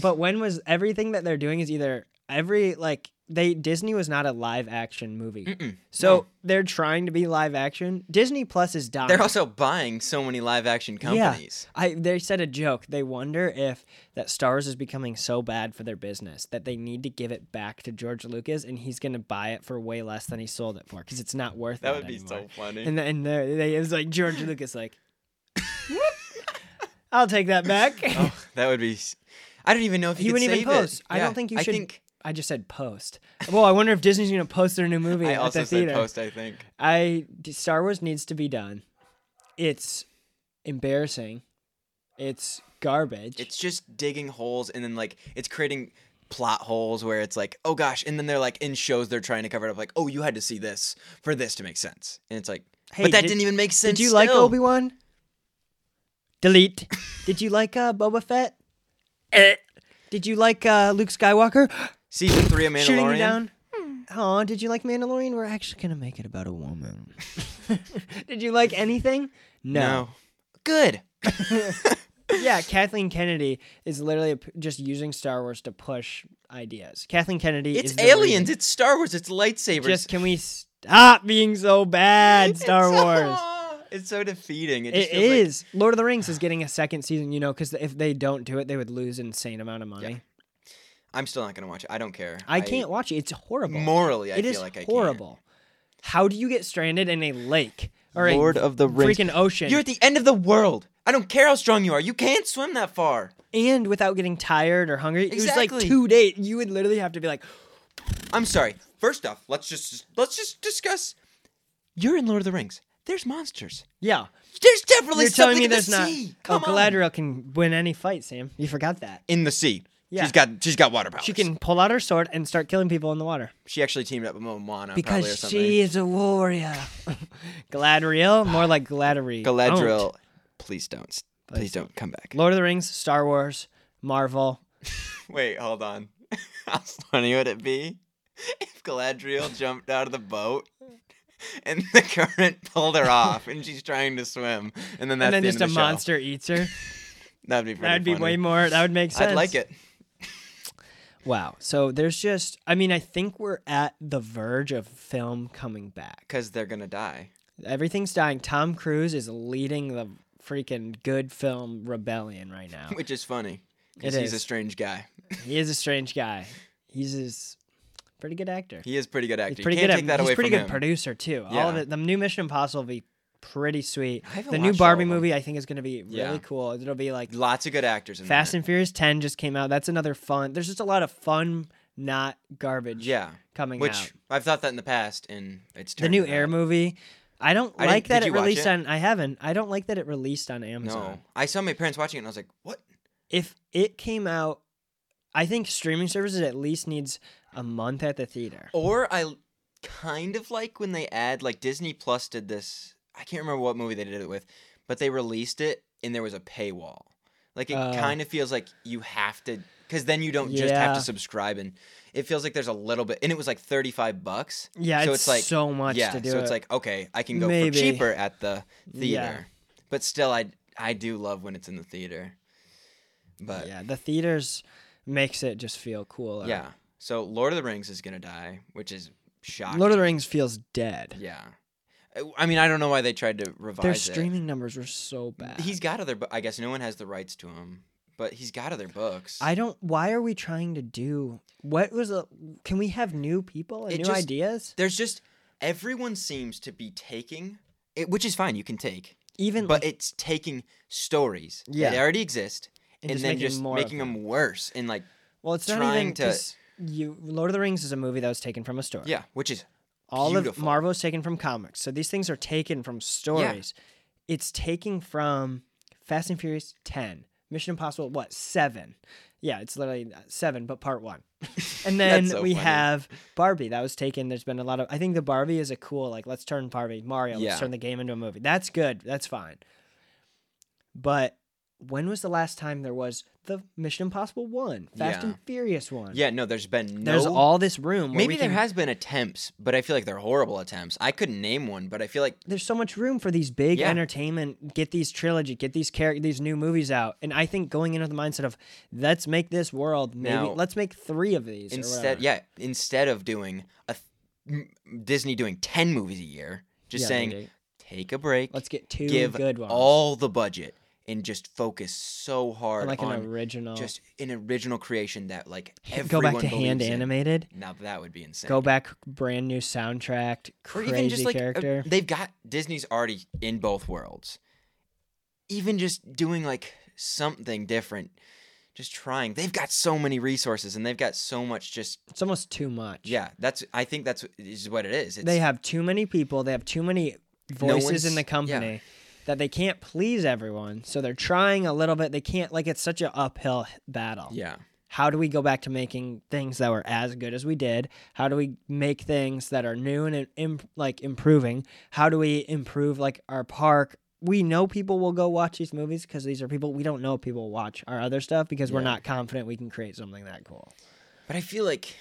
Speaker 1: but when was everything that they're doing is either every like they disney was not a live action movie
Speaker 2: Mm-mm.
Speaker 1: so they're trying to be live action disney plus is dying
Speaker 2: They're also buying so many live action companies.
Speaker 1: I, they said a joke. They wonder if that Star Wars is becoming so bad for their business that they need to give it back to George Lucas, and he's going to buy it for way less than he sold it for because it's not worth
Speaker 2: That
Speaker 1: it
Speaker 2: would be
Speaker 1: anymore.
Speaker 2: so funny.
Speaker 1: And then they, they, it was like George Lucas, like, "Whoop, I'll take that back.
Speaker 2: *laughs* oh, *laughs* that would be. s- I don't even know if you
Speaker 1: he
Speaker 2: could
Speaker 1: wouldn't even
Speaker 2: save it.
Speaker 1: post. I
Speaker 2: Yeah,
Speaker 1: don't think you should
Speaker 2: I think
Speaker 1: I just said post. Well, I wonder if Disney's gonna post their new movie
Speaker 2: I
Speaker 1: at
Speaker 2: also
Speaker 1: the
Speaker 2: said
Speaker 1: theater.
Speaker 2: post. I think.
Speaker 1: I Star Wars needs to be done. It's embarrassing. It's garbage.
Speaker 2: It's just digging holes and then like it's creating plot holes where it's like, oh gosh, and then they're like in shows they're trying to cover it up, like, oh, you had to see this for this to make sense, and it's like,
Speaker 1: Hey,
Speaker 2: but that
Speaker 1: did-
Speaker 2: did, not even make sense.
Speaker 1: Did you like
Speaker 2: still.
Speaker 1: Obi Wan? Delete. Did you like uh, Boba Fett? Eh. Did you like uh, Luke Skywalker?
Speaker 2: season three of Mandalorian?
Speaker 1: Shooting you down.
Speaker 2: Hmm.
Speaker 1: Oh, did you like Mandalorian? We're actually gonna make it about a
Speaker 2: *laughs*
Speaker 1: woman. *laughs* did you like anything?
Speaker 2: No, good.
Speaker 1: yeah, Kathleen Kennedy is literally a p- just using Star Wars to push ideas. Kathleen Kennedy
Speaker 2: It's
Speaker 1: is the
Speaker 2: aliens.
Speaker 1: reason-
Speaker 2: It's Star Wars. It's lightsabers.
Speaker 1: Just can we stop being so bad, Star
Speaker 2: It's so-
Speaker 1: Wars?
Speaker 2: *laughs* it's so defeating. It, just
Speaker 1: It
Speaker 2: feels like-
Speaker 1: is. Lord of the Rings is getting a second season, you know, because if they don't do it, they would lose insane amount of money.
Speaker 2: I'm still not gonna watch it. I don't care.
Speaker 1: I can't watch it. It's horrible.
Speaker 2: Morally, I
Speaker 1: It
Speaker 2: feel
Speaker 1: is
Speaker 2: like I can't.
Speaker 1: horrible. How do you get stranded in a lake or
Speaker 2: Lord
Speaker 1: a
Speaker 2: of the Rings.
Speaker 1: freaking ocean
Speaker 2: You're at the end of the world. I don't care how strong you are. You can't swim that far.
Speaker 1: and without getting tired or hungry? It was
Speaker 2: Exactly.
Speaker 1: like two days. You would literally have to be like,
Speaker 2: I'm sorry. First off, let's just let's just discuss. You're in Lord of the Rings. There's monsters.
Speaker 1: yeah.
Speaker 2: There's definitely
Speaker 1: You're
Speaker 2: something
Speaker 1: telling me
Speaker 2: in the
Speaker 1: there's not.
Speaker 2: sea.
Speaker 1: Oh,
Speaker 2: Come on.
Speaker 1: Galadriel can win any fight, Sam. You forgot that.
Speaker 2: In the sea.
Speaker 1: Yeah.
Speaker 2: She's got she's got water powers.
Speaker 1: She can pull out her sword and start killing people in the water
Speaker 2: She actually teamed up with Moana probably or
Speaker 1: because
Speaker 2: something.
Speaker 1: she is a warrior. *laughs* Galadriel, more like Galadriel.
Speaker 2: Galadriel. Please don't. Please,
Speaker 1: Please
Speaker 2: don't come back.
Speaker 1: Lord of the Rings, Star Wars, Marvel.
Speaker 2: Wait, hold on. *laughs* How funny would it be if
Speaker 1: *laughs*
Speaker 2: Galadriel jumped out of the boat and *laughs* the current pulled her off and she's trying to swim and then that's
Speaker 1: and then
Speaker 2: the
Speaker 1: just
Speaker 2: end
Speaker 1: a
Speaker 2: of the show.
Speaker 1: monster eats
Speaker 2: *laughs*
Speaker 1: her.
Speaker 2: That'd be pretty
Speaker 1: That'd be
Speaker 2: funny.
Speaker 1: way more. That would make sense.
Speaker 2: I'd like it.
Speaker 1: Wow. So there's just. I mean, I think we're at the verge of film coming back.
Speaker 2: Because they're gonna die.
Speaker 1: Everything's dying. Tom Cruise is leading the freaking good film rebellion right
Speaker 2: *laughs*
Speaker 1: now.
Speaker 2: Which is funny. Because
Speaker 1: It
Speaker 2: he's a
Speaker 1: is.
Speaker 2: strange guy.
Speaker 1: he is a strange guy. He's he's pretty good actor.
Speaker 2: He is pretty good actor.
Speaker 1: He's pretty
Speaker 2: you
Speaker 1: good.
Speaker 2: can't
Speaker 1: At,
Speaker 2: take that
Speaker 1: he's
Speaker 2: away
Speaker 1: pretty
Speaker 2: from
Speaker 1: good
Speaker 2: him.
Speaker 1: producer too. All of
Speaker 2: Yeah.
Speaker 1: it. The new Mission Impossible will be pretty sweet.
Speaker 2: I haven't
Speaker 1: The new
Speaker 2: watched all of
Speaker 1: Barbie
Speaker 2: them.
Speaker 1: movie I think is going to be really
Speaker 2: Yeah.
Speaker 1: cool. It'll be like
Speaker 2: Lots of good actors in
Speaker 1: Fast
Speaker 2: that.
Speaker 1: and Furious 10 just came out. That's another fun. There's just a lot of fun, not garbage.
Speaker 2: Yeah.
Speaker 1: coming
Speaker 2: Which
Speaker 1: out.
Speaker 2: I've thought that in the past and it's
Speaker 1: The new
Speaker 2: turned
Speaker 1: Air
Speaker 2: out-
Speaker 1: movie. I don't
Speaker 2: I didn't-
Speaker 1: like that it
Speaker 2: did you watch
Speaker 1: released
Speaker 2: it?
Speaker 1: on. I haven't. I don't like that it released on Amazon.
Speaker 2: No. I saw my parents watching it and I was like, what?
Speaker 1: If it came out, I think streaming services at least needs a month at the theater.
Speaker 2: Or I l- kind of like when they add like Disney Plus did this. I can't remember what movie they did it with, but they released it and there was a paywall. Like it
Speaker 1: Oh.
Speaker 2: kind of feels like you have to cuz then you don't just have
Speaker 1: Yeah.
Speaker 2: to subscribe and it feels like there's a little bit and it was like 35 bucks.
Speaker 1: Yeah,
Speaker 2: so
Speaker 1: it's,
Speaker 2: it's like-
Speaker 1: so much
Speaker 2: yeah,
Speaker 1: to do.
Speaker 2: so
Speaker 1: it.
Speaker 2: it's like okay, I can go
Speaker 1: Maybe.
Speaker 2: for cheaper at the
Speaker 1: Yeah.
Speaker 2: theater. But still I I do love when it's in the theater. But yeah.
Speaker 1: yeah, the theaters makes it just feel cooler.
Speaker 2: So Lord of the Rings is going to die, which is shocking.
Speaker 1: Lord of the Rings feels dead.
Speaker 2: Yeah. I- I mean, I don't know why they tried to revise
Speaker 1: Their
Speaker 2: it.
Speaker 1: streaming numbers were so bad.
Speaker 2: He's got other. bu- I guess no one has the rights to him, but he's got other books.
Speaker 1: I don't. Why are we trying to do? What was a? Can we have new people and
Speaker 2: It
Speaker 1: new
Speaker 2: just-
Speaker 1: ideas?
Speaker 2: There's just everyone seems to be taking it, which is fine. You can take,
Speaker 1: Even
Speaker 2: but it's taking stories that
Speaker 1: Yeah.
Speaker 2: already exist and,
Speaker 1: just
Speaker 2: then
Speaker 1: making
Speaker 2: just
Speaker 1: more of
Speaker 2: making them worse and like
Speaker 1: Well, it's not
Speaker 2: trying
Speaker 1: even
Speaker 2: to-
Speaker 1: 'cause you. Lord of the Rings is a movie that was taken from a story.
Speaker 2: yeah, which is
Speaker 1: all of
Speaker 2: beautiful.
Speaker 1: Marvel is taken from comics, so these things are taken from stories. It's taking from Fast and Furious Ten, Mission Impossible, what seven? Yeah, it's literally uh, seven, but part
Speaker 2: *laughs*
Speaker 1: one. and then
Speaker 2: so
Speaker 1: we
Speaker 2: funny.
Speaker 1: have Barbie that was taken. There's been a lot of. I think the Barbie is a cool like let's turn Barbie Mario,
Speaker 2: Yeah.
Speaker 1: let's turn the game into a movie. That's good. That's fine. But when was the last time there was the Mission Impossible one, Fast
Speaker 2: Yeah.
Speaker 1: and Furious one?
Speaker 2: yeah. No, there's been no.
Speaker 1: There's all this room. Where
Speaker 2: maybe
Speaker 1: we
Speaker 2: there
Speaker 1: can-
Speaker 2: has been attempts, but I feel like they're horrible attempts. I couldn't name one, but I feel like
Speaker 1: There's so much room for these big
Speaker 2: Yeah.
Speaker 1: entertainment. Get these trilogy. Get these character. These new movies out. And I think going into the mindset of let's make this world. Maybe
Speaker 2: Now-
Speaker 1: let's make three of these. or
Speaker 2: instead
Speaker 1: whatever.
Speaker 2: yeah instead of doing a th- m- disney doing 10 movies a year just
Speaker 1: Yeah,
Speaker 2: saying
Speaker 1: maybe.
Speaker 2: take a break
Speaker 1: let's get two
Speaker 2: give
Speaker 1: good ones.
Speaker 2: all the budget and just focus so hard
Speaker 1: And like
Speaker 2: on
Speaker 1: an original.
Speaker 2: just an original creation that like
Speaker 1: *laughs*
Speaker 2: everyone
Speaker 1: go back to
Speaker 2: believes
Speaker 1: hand
Speaker 2: in.
Speaker 1: animated.
Speaker 2: now that would be insane
Speaker 1: Go back brand new soundtrack.
Speaker 2: or
Speaker 1: Crazy
Speaker 2: even just like a-
Speaker 1: character.
Speaker 2: they've got disney's already in both worlds even just doing like something different just trying. They've got so many resources and they've got so much just
Speaker 1: It's almost too much.
Speaker 2: yeah, that's I think that's is what it is. It's,
Speaker 1: They have too many people. They have too many
Speaker 2: No
Speaker 1: voices in
Speaker 2: one's-
Speaker 1: the company that they can't please everyone. So they're trying a little bit. They can't like it's such an uphill battle.
Speaker 2: yeah.
Speaker 1: How do we go back to making things that were as good as we did? How do we make things that are new and im- like improving? How do we improve like our park? We know people will go watch these movies because these are people we don't know people watch our other stuff because we're
Speaker 2: Yeah.
Speaker 1: not confident we can create something that cool.
Speaker 2: But I feel like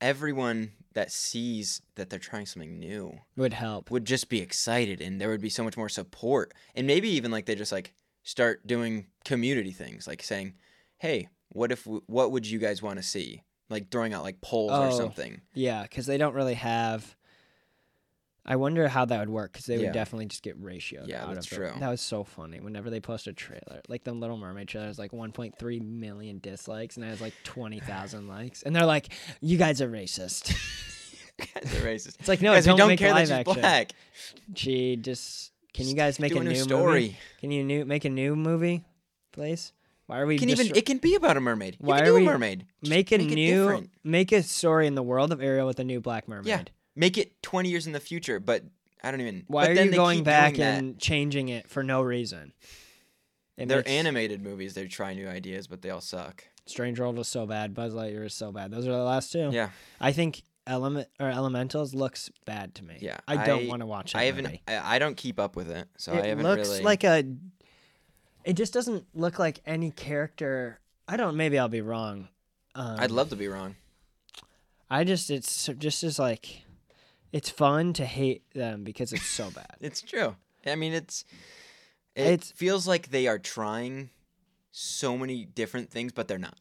Speaker 2: everyone that sees that they're trying something new
Speaker 1: Would help.
Speaker 2: would just be excited and there would be so much more support and maybe even like they just like start doing community things like saying hey what if w- what would you guys want to see like throwing out like polls or
Speaker 1: Oh.
Speaker 2: *laughs* something
Speaker 1: Yeah, because they don't really have. I wonder how that would work because they would
Speaker 2: Yeah.
Speaker 1: definitely just get ratioed.
Speaker 2: Yeah,
Speaker 1: out
Speaker 2: that's
Speaker 1: of it.
Speaker 2: true.
Speaker 1: That was so funny. Whenever they post a trailer, like the Little Mermaid trailer, was like 1.3 million dislikes and it has like 20,000 likes, and they're like, "You guys are racist." *laughs*
Speaker 2: That's a racist
Speaker 1: It's like, no,
Speaker 2: Guys, we
Speaker 1: don't,
Speaker 2: don't
Speaker 1: make
Speaker 2: care that
Speaker 1: live
Speaker 2: she's
Speaker 1: action.
Speaker 2: black
Speaker 1: Gee, just can you guys make
Speaker 2: do
Speaker 1: a
Speaker 2: a new
Speaker 1: new
Speaker 2: story
Speaker 1: Movie? Can you new make a new movie, please? Why are we
Speaker 2: It can even
Speaker 1: distro-
Speaker 2: it can be about a mermaid you
Speaker 1: Why
Speaker 2: can
Speaker 1: are
Speaker 2: do a
Speaker 1: we-
Speaker 2: mermaid Just
Speaker 1: make a
Speaker 2: it
Speaker 1: new
Speaker 2: different.
Speaker 1: make a story in the world of Ariel with a new black mermaid?
Speaker 2: make it 20 years in the future but i don't even
Speaker 1: Why
Speaker 2: but
Speaker 1: are
Speaker 2: then
Speaker 1: you
Speaker 2: they
Speaker 1: going
Speaker 2: keep
Speaker 1: back
Speaker 2: doing that.
Speaker 1: and changing it for no reason? It
Speaker 2: they're
Speaker 1: makes-
Speaker 2: animated movies they try new ideas but they all suck
Speaker 1: Strange World was so bad. Buzz Lightyear was so bad. Those are the last two.
Speaker 2: yeah
Speaker 1: I think Element or Elementals looks bad to me.
Speaker 2: Yeah,
Speaker 1: I don't
Speaker 2: I-
Speaker 1: want to watch it.
Speaker 2: i haven't I, I don't keep up with it so i
Speaker 1: it
Speaker 2: haven't
Speaker 1: looks
Speaker 2: really
Speaker 1: like a. It just doesn't look like any character. I don't. Maybe I'll be wrong. Um,
Speaker 2: i'd love to be wrong
Speaker 1: I just. It's just as like. It's fun to hate them because it's so bad.
Speaker 2: It's true. I mean, it's it
Speaker 1: It's-
Speaker 2: feels like they are trying so many different things, but they're not.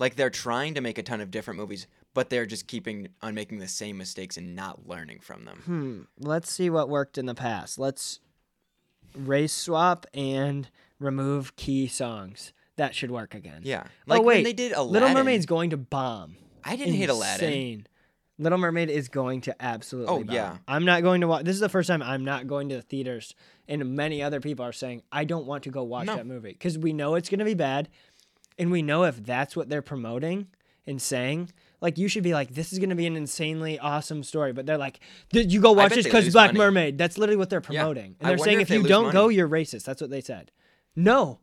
Speaker 2: Like they're trying to make a ton of different movies, but they're just keeping on making the same mistakes and not learning from them.
Speaker 1: hmm, let's see what worked in the past. Let's race swap and remove key songs. That should work again.
Speaker 2: Yeah. Like
Speaker 1: Oh, wait,
Speaker 2: when they did Aladdin.
Speaker 1: Little Mermaid's going to bomb.
Speaker 2: I didn't hate Aladdin.
Speaker 1: Insane. Little Mermaid is going to absolutely.
Speaker 2: Oh,
Speaker 1: bomb.
Speaker 2: yeah.
Speaker 1: I'm not going to watch. This is the first time I'm not going to the theaters, and many other people are saying I don't want to go watch
Speaker 2: No.
Speaker 1: that movie because we know it's going to be bad, and we know if that's what they're promoting and saying. Like you should be like, this is gonna be an insanely awesome story, but they're like, "Did you go watch
Speaker 2: bet
Speaker 1: this
Speaker 2: they
Speaker 1: because
Speaker 2: lose
Speaker 1: Black
Speaker 2: money.
Speaker 1: Mermaid? That's literally what they're promoting,
Speaker 2: I
Speaker 1: and they're
Speaker 2: wonder
Speaker 1: saying
Speaker 2: if
Speaker 1: if,
Speaker 2: they
Speaker 1: you
Speaker 2: lose
Speaker 1: don't go,
Speaker 2: money.
Speaker 1: you're racist. That's what they said. No,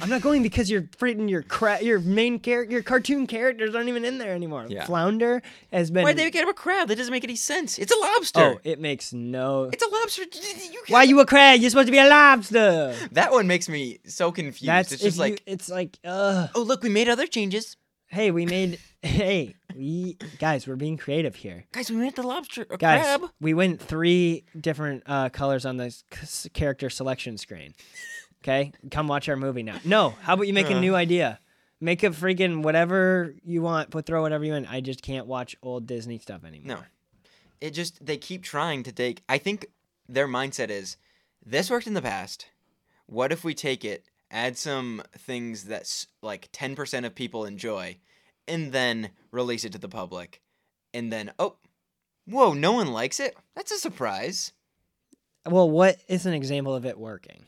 Speaker 1: I'm not going because you're freaking your cra- your main character, your cartoon characters aren't even in there anymore.
Speaker 2: Yeah.
Speaker 1: Flounder has been.
Speaker 2: Why'd they get him a crab? That doesn't make any sense. It's a lobster.
Speaker 1: oh, it makes no.
Speaker 2: It's a lobster. You
Speaker 1: Why
Speaker 2: can't-
Speaker 1: you a crab? You're supposed to be a lobster.
Speaker 2: That one makes me so confused.
Speaker 1: That's
Speaker 2: it's
Speaker 1: if
Speaker 2: just
Speaker 1: you-
Speaker 2: like,
Speaker 1: it's like, uh,
Speaker 2: oh look, we made other changes,
Speaker 1: hey, we made, hey, we guys, we're being creative here.
Speaker 2: guys. We made the lobster a
Speaker 1: Guys,
Speaker 2: crab.
Speaker 1: we went three different uh, colors on the c- character selection screen. Okay, come watch our movie now. No, how about you make
Speaker 2: Uh.
Speaker 1: a new idea? Make a freaking whatever you want. Put throw whatever you in. I just can't watch old Disney stuff anymore.
Speaker 2: No. It just they keep trying to take I think their mindset is this worked in the past. What if we take it, add some things that s- like 10% of people enjoy and then release it to the public. And then oh, whoa, no one likes it? That's a surprise.
Speaker 1: Well, what is an example of it working?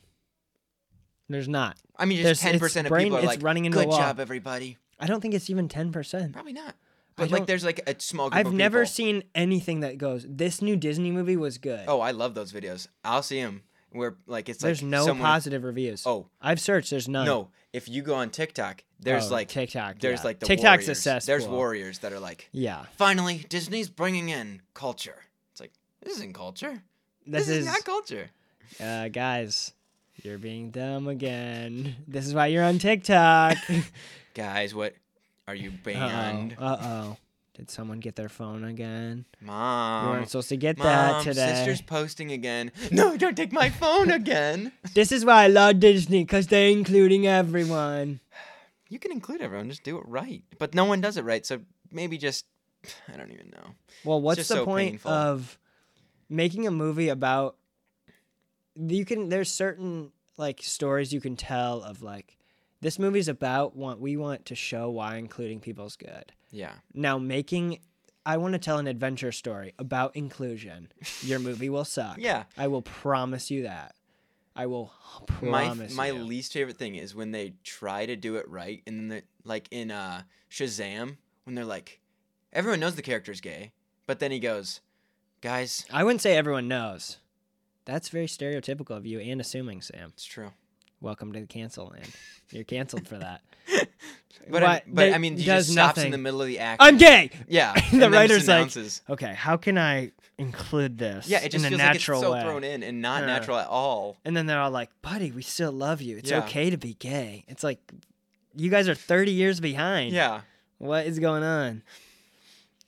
Speaker 1: There's not.
Speaker 2: I mean,
Speaker 1: There's-
Speaker 2: just
Speaker 1: it's
Speaker 2: 10% of people
Speaker 1: brain-
Speaker 2: are
Speaker 1: it's
Speaker 2: like
Speaker 1: running into a
Speaker 2: good
Speaker 1: wall."
Speaker 2: job everybody.
Speaker 1: I don't think it's even ten percent.
Speaker 2: Probably not.
Speaker 1: I
Speaker 2: But
Speaker 1: don't-
Speaker 2: like there's like a small group
Speaker 1: I've
Speaker 2: of
Speaker 1: never
Speaker 2: people.
Speaker 1: seen anything that goes. This new Disney movie was good.
Speaker 2: Oh, I love those videos. I'll see them where like it's
Speaker 1: there's
Speaker 2: like
Speaker 1: no
Speaker 2: someone,
Speaker 1: positive reviews.
Speaker 2: Oh,
Speaker 1: I've searched. There's none.
Speaker 2: No, if you go on TikTok, there's
Speaker 1: Oh,
Speaker 2: like
Speaker 1: TikTok,
Speaker 2: There's
Speaker 1: yeah.
Speaker 2: like the
Speaker 1: TikTok's a
Speaker 2: warriors. There's
Speaker 1: cesspool.
Speaker 2: warriors that are like,
Speaker 1: Yeah,
Speaker 2: finally, Disney's bringing in culture. It's like this isn't culture.
Speaker 1: this,
Speaker 2: is,
Speaker 1: is
Speaker 2: not culture.
Speaker 1: uh, guys, you're being dumb again. This is why you're on
Speaker 2: *laughs*
Speaker 1: TikTok.
Speaker 2: Guys, what are you
Speaker 1: Uh
Speaker 2: banned?
Speaker 1: oh. Uh-oh. Did someone get their phone again? We
Speaker 2: Mom.
Speaker 1: weren't supposed to get that
Speaker 2: Mom,
Speaker 1: today.
Speaker 2: sister's posting again. No, don't take my phone again.
Speaker 1: This is why I love Disney, because they're including everyone.
Speaker 2: You can include everyone, just do it right. But no one does it right, so maybe just *sighs* I don't even know.
Speaker 1: Well, what's
Speaker 2: just
Speaker 1: the
Speaker 2: so
Speaker 1: point
Speaker 2: painful.
Speaker 1: of making a movie about you can there's certain like stories you can tell of like this movie's about want we want to show why including people's good.
Speaker 2: Yeah.
Speaker 1: Now making I want to tell an adventure
Speaker 2: *laughs*
Speaker 1: story about inclusion. Your movie will suck.
Speaker 2: Yeah.
Speaker 1: I will promise you that. I will
Speaker 2: My
Speaker 1: promise
Speaker 2: my
Speaker 1: you.
Speaker 2: least favorite thing is when they try to do it right, and then they're like in uh, Shazam when they're like, everyone knows the character's gay, but then he goes, guys,
Speaker 1: I wouldn't say everyone knows. That's very stereotypical of you and assuming, Sam.
Speaker 2: it's true.
Speaker 1: Welcome to the cancel land. You're canceled for
Speaker 2: *laughs*
Speaker 1: that.
Speaker 2: But I,
Speaker 1: What?
Speaker 2: but
Speaker 1: They-
Speaker 2: I mean, he
Speaker 1: does
Speaker 2: just stops
Speaker 1: nothing.
Speaker 2: in the middle of the act.
Speaker 1: I'm gay. *laughs*
Speaker 2: Yeah,
Speaker 1: The
Speaker 2: and then just
Speaker 1: writer's like-
Speaker 2: announces-
Speaker 1: Okay, how can I include this?
Speaker 2: yeah, it just
Speaker 1: in a
Speaker 2: feels like it's
Speaker 1: natural
Speaker 2: so
Speaker 1: way?
Speaker 2: thrown in and not
Speaker 1: Yeah.
Speaker 2: natural at all.
Speaker 1: And then they're all like, "Buddy, we still love you. It's
Speaker 2: Yeah.
Speaker 1: okay to be gay." It's like, you guys are 30 years behind.
Speaker 2: Yeah,
Speaker 1: What is going on?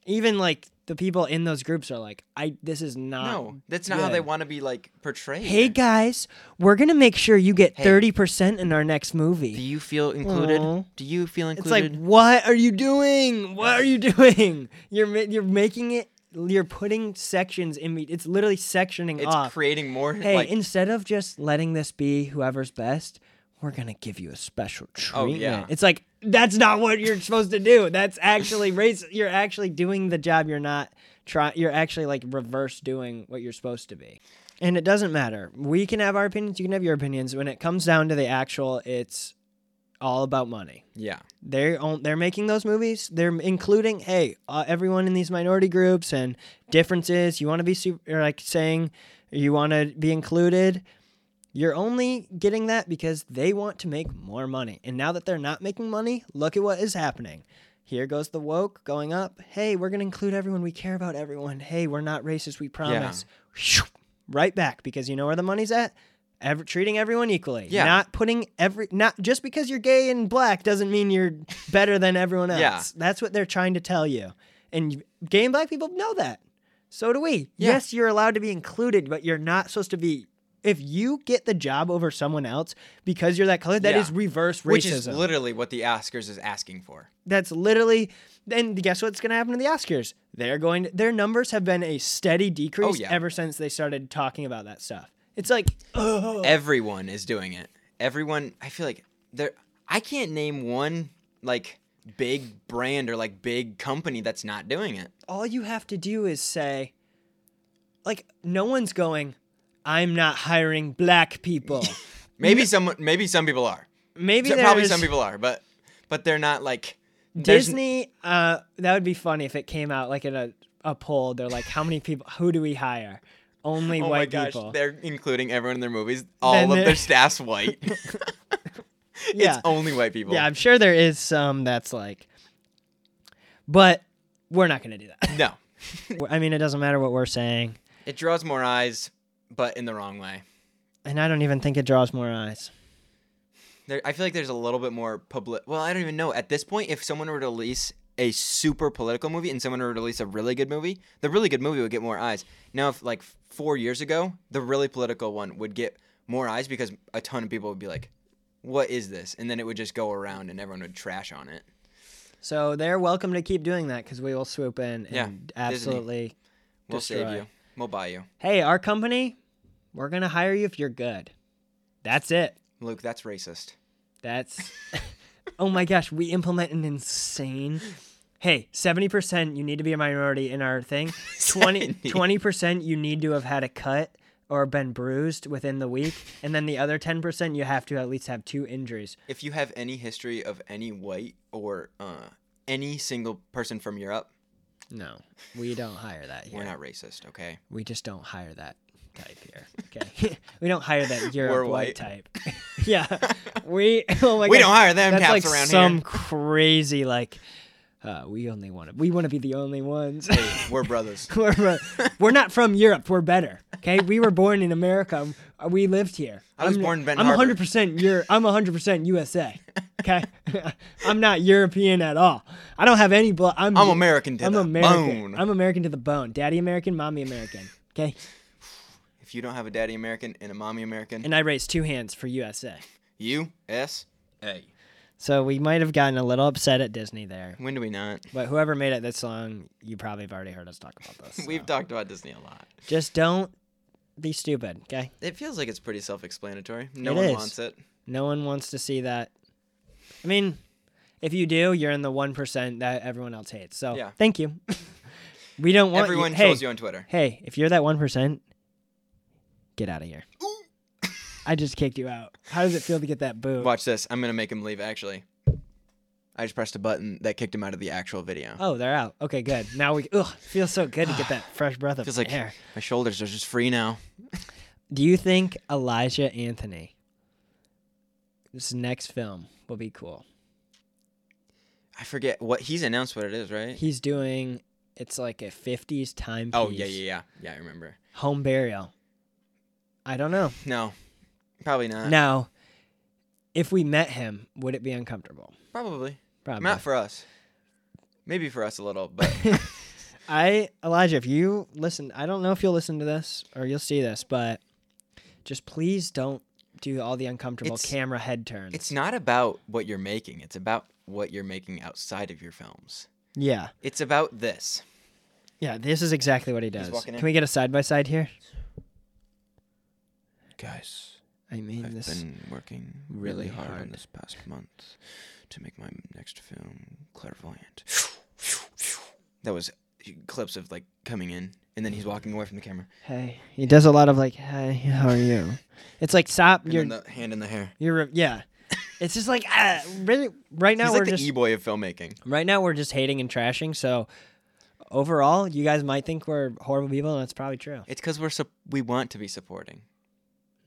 Speaker 1: Even like the people in those groups are like, "I this is not
Speaker 2: no, that's not how they
Speaker 1: good.
Speaker 2: want to be like portrayed.
Speaker 1: Hey guys, we're gonna make sure you get
Speaker 2: Hey.
Speaker 1: thirty percent in our next movie.
Speaker 2: do you feel included?
Speaker 1: Aw.
Speaker 2: Do you feel
Speaker 1: it's like,
Speaker 2: included?
Speaker 1: what are you doing? What are you *laughs* doing? You're ma- you're making it. You're putting sections in. Me- it's literally sectioning
Speaker 2: it's
Speaker 1: off.
Speaker 2: creating more.
Speaker 1: hey,
Speaker 2: like,
Speaker 1: instead of just letting this be whoever's best, we're gonna give you a special
Speaker 2: Oh,
Speaker 1: treatment.
Speaker 2: yeah.
Speaker 1: It's like that's not what
Speaker 2: *laughs*
Speaker 1: you're supposed to do. That's actually race. You're actually doing the job. You're not try. You're actually like reverse doing what you're supposed to be. And it doesn't matter. We can have our opinions. You can have your opinions. When it comes down to the actual, it's all about money.
Speaker 2: yeah,
Speaker 1: They're on, they're making those movies. They're including hey uh, everyone in these minority groups and differences. You want to be super, like saying you want to be included. You're only getting that because they want to make more money. And now that they're not making money, look at what is happening. Here goes the woke going up. Hey, we're gonna include everyone. We care about everyone. Hey, we're not racist. We promise. Shoo, Right back because you know where the money's at. Ever, treating everyone equally.
Speaker 2: Yeah.
Speaker 1: Not putting every not just because you're gay and black doesn't mean you're better than everyone else.
Speaker 2: *laughs* Yeah.
Speaker 1: That's what they're trying to tell you. And gay and black people know that. So do we.
Speaker 2: Yeah.
Speaker 1: Yes, you're allowed to be included, but you're not supposed to be. If you get the job over someone else because you're that color, that is
Speaker 2: Yeah.
Speaker 1: reverse racism.
Speaker 2: which is literally what the Oscars is asking for.
Speaker 1: That's literally. And guess what's going to happen to the Oscars? They're going. their numbers have been a steady decrease
Speaker 2: yeah.
Speaker 1: ever since they started talking about that stuff. It's like, oh,
Speaker 2: Everyone is doing it. Everyone, I feel like there. I can't name one like big brand or like big company that's not doing it.
Speaker 1: all you have to do is say, like, no one's going. I'm not hiring black
Speaker 2: *laughs*
Speaker 1: people.
Speaker 2: Maybe some, maybe some people are.
Speaker 1: Maybe
Speaker 2: So
Speaker 1: there
Speaker 2: probably
Speaker 1: is-
Speaker 2: some people are, but but they're not like there's-
Speaker 1: Disney, uh, that would be funny if it came out like in a, a poll. They're like, how many people, who do we hire? Only
Speaker 2: Oh my
Speaker 1: white
Speaker 2: gosh,
Speaker 1: people.
Speaker 2: they're including everyone in their movies. All of
Speaker 1: they're-
Speaker 2: their
Speaker 1: *laughs*
Speaker 2: staff's white. *laughs*
Speaker 1: yeah.
Speaker 2: It's only white people.
Speaker 1: yeah, I'm sure there is some that's like, but we're not going to do that.
Speaker 2: No,
Speaker 1: I mean, it doesn't matter what we're saying.
Speaker 2: it draws more eyes, but in the wrong way.
Speaker 1: And I don't even think it draws more eyes.
Speaker 2: There, I feel like there's a little bit more public. Well, I don't even know at this point if someone were to release a super political movie and someone were to release a really good movie, the really good movie would get more eyes. Now, if like four years ago, the really political one would get more eyes because a ton of people would be like, "What is this?" and then it would just go around and everyone would trash on it.
Speaker 1: So they're welcome to keep doing that because we will swoop in and
Speaker 2: Yeah,
Speaker 1: absolutely.
Speaker 2: We'll save
Speaker 1: Destroy.
Speaker 2: you. We'll buy you,
Speaker 1: Hey, our company, we're going to hire you if you're good. That's it.
Speaker 2: Luke. That's racist.
Speaker 1: That's *laughs* oh my gosh, we implement an insane Hey, 70% you need to be a minority in our thing. 20
Speaker 2: 70.
Speaker 1: 20% you need to have had a cut or been bruised within the week, and then the other 10% you have to at least have two injuries.
Speaker 2: If you have any history of any white or uh, any single person from Europe,
Speaker 1: No, we don't hire that here.
Speaker 2: we're not racist. Okay.
Speaker 1: we just don't hire that type here. Okay. *laughs* we don't hire
Speaker 2: *laughs*
Speaker 1: that Europe
Speaker 2: We're
Speaker 1: white
Speaker 2: white.
Speaker 1: type. *laughs* yeah. We *laughs* oh my
Speaker 2: we
Speaker 1: gosh.
Speaker 2: don't hire them
Speaker 1: That's like
Speaker 2: cats around
Speaker 1: some
Speaker 2: here.
Speaker 1: crazy like uh, we only want to we want to be the only ones.
Speaker 2: Hey, we're *laughs* brothers.
Speaker 1: *laughs* we're, from- we're not from Europe. We're better. Okay, we were born in America. uh, We lived here.
Speaker 2: I was
Speaker 1: I'm,
Speaker 2: born in Ben
Speaker 1: I'm
Speaker 2: Harbor.
Speaker 1: 100 percent Euro. I'm 100 percent USA. Okay, *laughs* I'm not European at all. I don't have any blood. I'm
Speaker 2: I'm American to
Speaker 1: I'm
Speaker 2: the
Speaker 1: American.
Speaker 2: bone.
Speaker 1: I'm American to the bone. Daddy American, mommy American. Okay,
Speaker 2: If you don't have a daddy American and a mommy American,
Speaker 1: and I raised two hands for USA.
Speaker 2: you S A.
Speaker 1: So we might have gotten a little upset at Disney there,
Speaker 2: When do we not?
Speaker 1: but whoever made it this long, you probably have already heard us talk about this.
Speaker 2: *laughs* We've
Speaker 1: so.
Speaker 2: talked about Disney a lot.
Speaker 1: just don't be stupid. Okay.
Speaker 2: It feels like it's pretty self-explanatory. No
Speaker 1: It
Speaker 2: one
Speaker 1: is.
Speaker 2: wants it.
Speaker 1: No one wants to see that. I mean, if you do, you're in the one percent that everyone else hates. So
Speaker 2: Yeah.
Speaker 1: thank
Speaker 2: *laughs*
Speaker 1: you. we don't want
Speaker 2: Everyone
Speaker 1: you.
Speaker 2: chose
Speaker 1: hey,
Speaker 2: you on Twitter.
Speaker 1: Hey, if you're that one percent, get out of here. I just kicked you out. How does it feel to get that boo?
Speaker 2: Watch this. I'm gonna make him leave. Actually, I just pressed a button that kicked him out of the actual video.
Speaker 1: Oh, they're out. Okay, good. Now we ugh, feels so good to get
Speaker 2: *sighs*
Speaker 1: that fresh breath of
Speaker 2: Feels like
Speaker 1: air.
Speaker 2: my shoulders are just free now.
Speaker 1: Do you think Elijah Anthony this next film will be cool?
Speaker 2: I forget what he's announced. What it is, right?
Speaker 1: He's doing it's like a 50s timepiece.
Speaker 2: Eh. oh yeah, yeah, yeah, yeah. I remember.
Speaker 1: Home burial. I don't know.
Speaker 2: No, probably not.
Speaker 1: Now, if we met him, would it be uncomfortable?
Speaker 2: Probably
Speaker 1: Probably.
Speaker 2: not for us. Maybe for us a little, *laughs* but
Speaker 1: I Elijah, if you listen, I don't know if you'll listen to this or you'll see this, but just please don't do all the uncomfortable
Speaker 2: It's-
Speaker 1: camera head turns.
Speaker 2: it's not about what you're making. It's about what you're making outside of your films.
Speaker 1: yeah,
Speaker 2: It's about this.
Speaker 1: yeah. This is exactly what he does.
Speaker 2: walking in.
Speaker 1: Can we get a side by side here?
Speaker 2: Guys,
Speaker 1: I mean,
Speaker 2: I've
Speaker 1: this.
Speaker 2: been working
Speaker 1: really
Speaker 2: really hard, on
Speaker 1: hard.
Speaker 2: this past month to make my next film, Clairvoyant. *sighs* That was clips of like coming in, and then he's walking away from the camera.
Speaker 1: Hey, he does a lot of like, hey, how are you? It's like stop.
Speaker 2: And
Speaker 1: You're,
Speaker 2: then the hand in the hair.
Speaker 1: you're, yeah. It's just like ah, really. Right now
Speaker 2: he's
Speaker 1: we're
Speaker 2: like the
Speaker 1: just
Speaker 2: e-boy of filmmaking.
Speaker 1: right now we're just hating and trashing. So overall, you guys might think we're horrible people, and that's probably true.
Speaker 2: It's because we're sup we want to be supporting.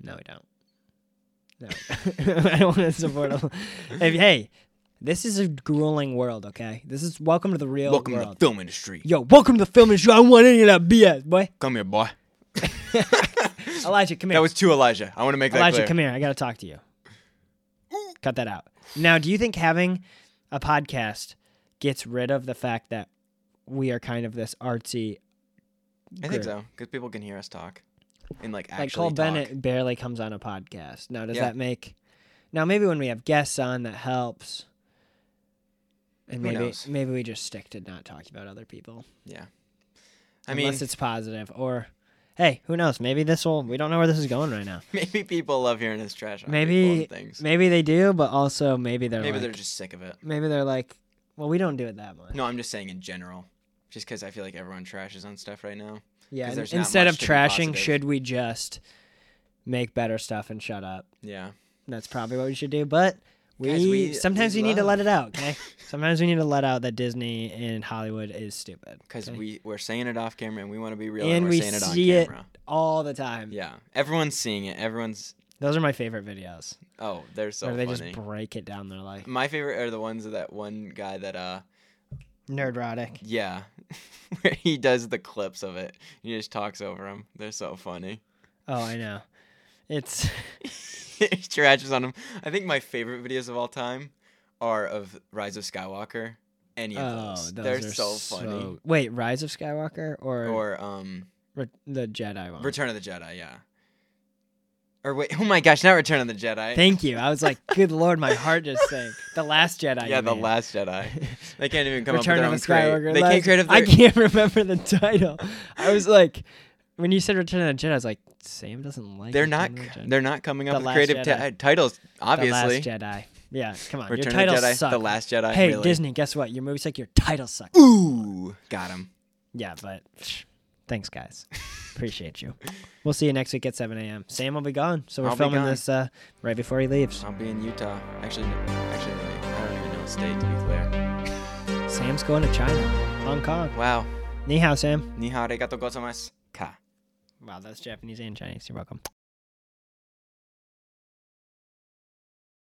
Speaker 1: No, I don't. No, *laughs* I don't want to support them. If, hey, this is a grueling world. Okay, this is welcome to the real
Speaker 2: Welcome to the
Speaker 1: world.
Speaker 2: film industry.
Speaker 1: Yo, welcome to the film industry. I don't want any of that BS,
Speaker 2: *laughs*
Speaker 1: boy.
Speaker 2: Come here, boy.
Speaker 1: Elijah, come here.
Speaker 2: That was to Elijah. I want to make that
Speaker 1: Elijah,
Speaker 2: clear.
Speaker 1: come here. I gotta talk to you. Cut that out. Now, do you think having a podcast gets rid of the fact that we are kind of this artsy?
Speaker 2: I think
Speaker 1: Great.
Speaker 2: so, because people can hear us talk, and like actually
Speaker 1: Like Cole
Speaker 2: talk.
Speaker 1: Bennett barely comes on a podcast. Now, does
Speaker 2: Yeah.
Speaker 1: that make? Now, maybe when we have guests on, that helps. And
Speaker 2: Who
Speaker 1: maybe
Speaker 2: knows?
Speaker 1: maybe we just stick to not talking about other people,
Speaker 2: Yeah, I mean,
Speaker 1: unless it's positive. Or, hey, who knows? Maybe this will. We don't know where this is going right now.
Speaker 2: *laughs* maybe people love hearing his trash on people
Speaker 1: Maybe-
Speaker 2: and things.
Speaker 1: Maybe they do, but also maybe they're
Speaker 2: Maybe
Speaker 1: like,
Speaker 2: they're just sick of it.
Speaker 1: maybe they're like, well, we don't do it that much.
Speaker 2: No, I'm just saying in general, just because I feel like everyone trashes on stuff right now.
Speaker 1: Yeah,
Speaker 2: 'Cause
Speaker 1: and
Speaker 2: there's not
Speaker 1: instead
Speaker 2: much
Speaker 1: of
Speaker 2: to be
Speaker 1: trashing,
Speaker 2: positive.
Speaker 1: should we just make better stuff and shut up?
Speaker 2: Yeah,
Speaker 1: That's probably what we should do. But we,
Speaker 2: Guys, we-
Speaker 1: sometimes
Speaker 2: we
Speaker 1: we need to
Speaker 2: love-
Speaker 1: let it out. Okay, *laughs* sometimes we need to let out that Disney and Hollywood is stupid.
Speaker 2: because
Speaker 1: okay?
Speaker 2: we we're saying it off camera and we want to be real
Speaker 1: And
Speaker 2: and, we're
Speaker 1: we
Speaker 2: saying it on
Speaker 1: see it.
Speaker 2: camera.
Speaker 1: all the time.
Speaker 2: Yeah, everyone's seeing it. Everyone's
Speaker 1: Those are my favorite videos.
Speaker 2: oh, they're so
Speaker 1: where they
Speaker 2: funny.
Speaker 1: just break it down. They're like
Speaker 2: My favorite are the ones of that one guy that uh
Speaker 1: nerdrotic.
Speaker 2: yeah, *laughs* where he does the clips of it. He just talks over them. They're so funny.
Speaker 1: Oh, I know. It's *laughs*
Speaker 2: he *laughs* trashes on him. I think my favorite videos of all time are of Rise of Skywalker. Any of
Speaker 1: oh,
Speaker 2: those.
Speaker 1: those
Speaker 2: They're
Speaker 1: are
Speaker 2: so funny.
Speaker 1: Wait, Rise of Skywalker or,
Speaker 2: Or um
Speaker 1: Re- the Jedi one?
Speaker 2: Return of the Jedi, yeah. Or wait, oh my gosh, not Return of the Jedi.
Speaker 1: Thank you. I was like, good lord, my heart just sank. The Last Jedi.
Speaker 2: *laughs* yeah,
Speaker 1: you
Speaker 2: the
Speaker 1: mean.
Speaker 2: Last Jedi.
Speaker 1: *laughs*
Speaker 2: They can't even come
Speaker 1: Return of
Speaker 2: up
Speaker 1: the
Speaker 2: with their own
Speaker 1: Skywalker.
Speaker 2: create- They can't
Speaker 1: Last-
Speaker 2: create up
Speaker 1: I
Speaker 2: their-
Speaker 1: can't *laughs* remember the title. I was like, when you said Return of the Jedi, I was like, Sam doesn't like.
Speaker 2: They're not.
Speaker 1: Return of the Jedi.
Speaker 2: They're not coming up
Speaker 1: The
Speaker 2: with
Speaker 1: Last
Speaker 2: creative
Speaker 1: Jedi.
Speaker 2: ti- titles. Obviously,
Speaker 1: The Last Jedi. Yeah, come on.
Speaker 2: Return
Speaker 1: your
Speaker 2: of
Speaker 1: titles
Speaker 2: the Jedi,
Speaker 1: suck.
Speaker 2: The Last Jedi.
Speaker 1: hey
Speaker 2: really.
Speaker 1: Disney, guess what? Your movie suck. Your title suck.
Speaker 2: Ooh, got him.
Speaker 1: Yeah, but *sniffs* psh, thanks
Speaker 2: *laughs*
Speaker 1: guys. Appreciate you. We'll see you next week at 7 a.m. Sam will be gone, so we're
Speaker 2: I'll be
Speaker 1: filming
Speaker 2: gone.
Speaker 1: this uh, right before he leaves.
Speaker 2: I'll be in Utah. Actually, no- actually, wait, I don't even know what state to be clear.
Speaker 1: Sam's going to China, Hong Kong.
Speaker 2: Wow.
Speaker 1: Ni hao, Sam.
Speaker 2: *laughs* Ni hao arigato gozaimasu. Ka.
Speaker 1: Wow, that's Japanese and Chinese. You're welcome.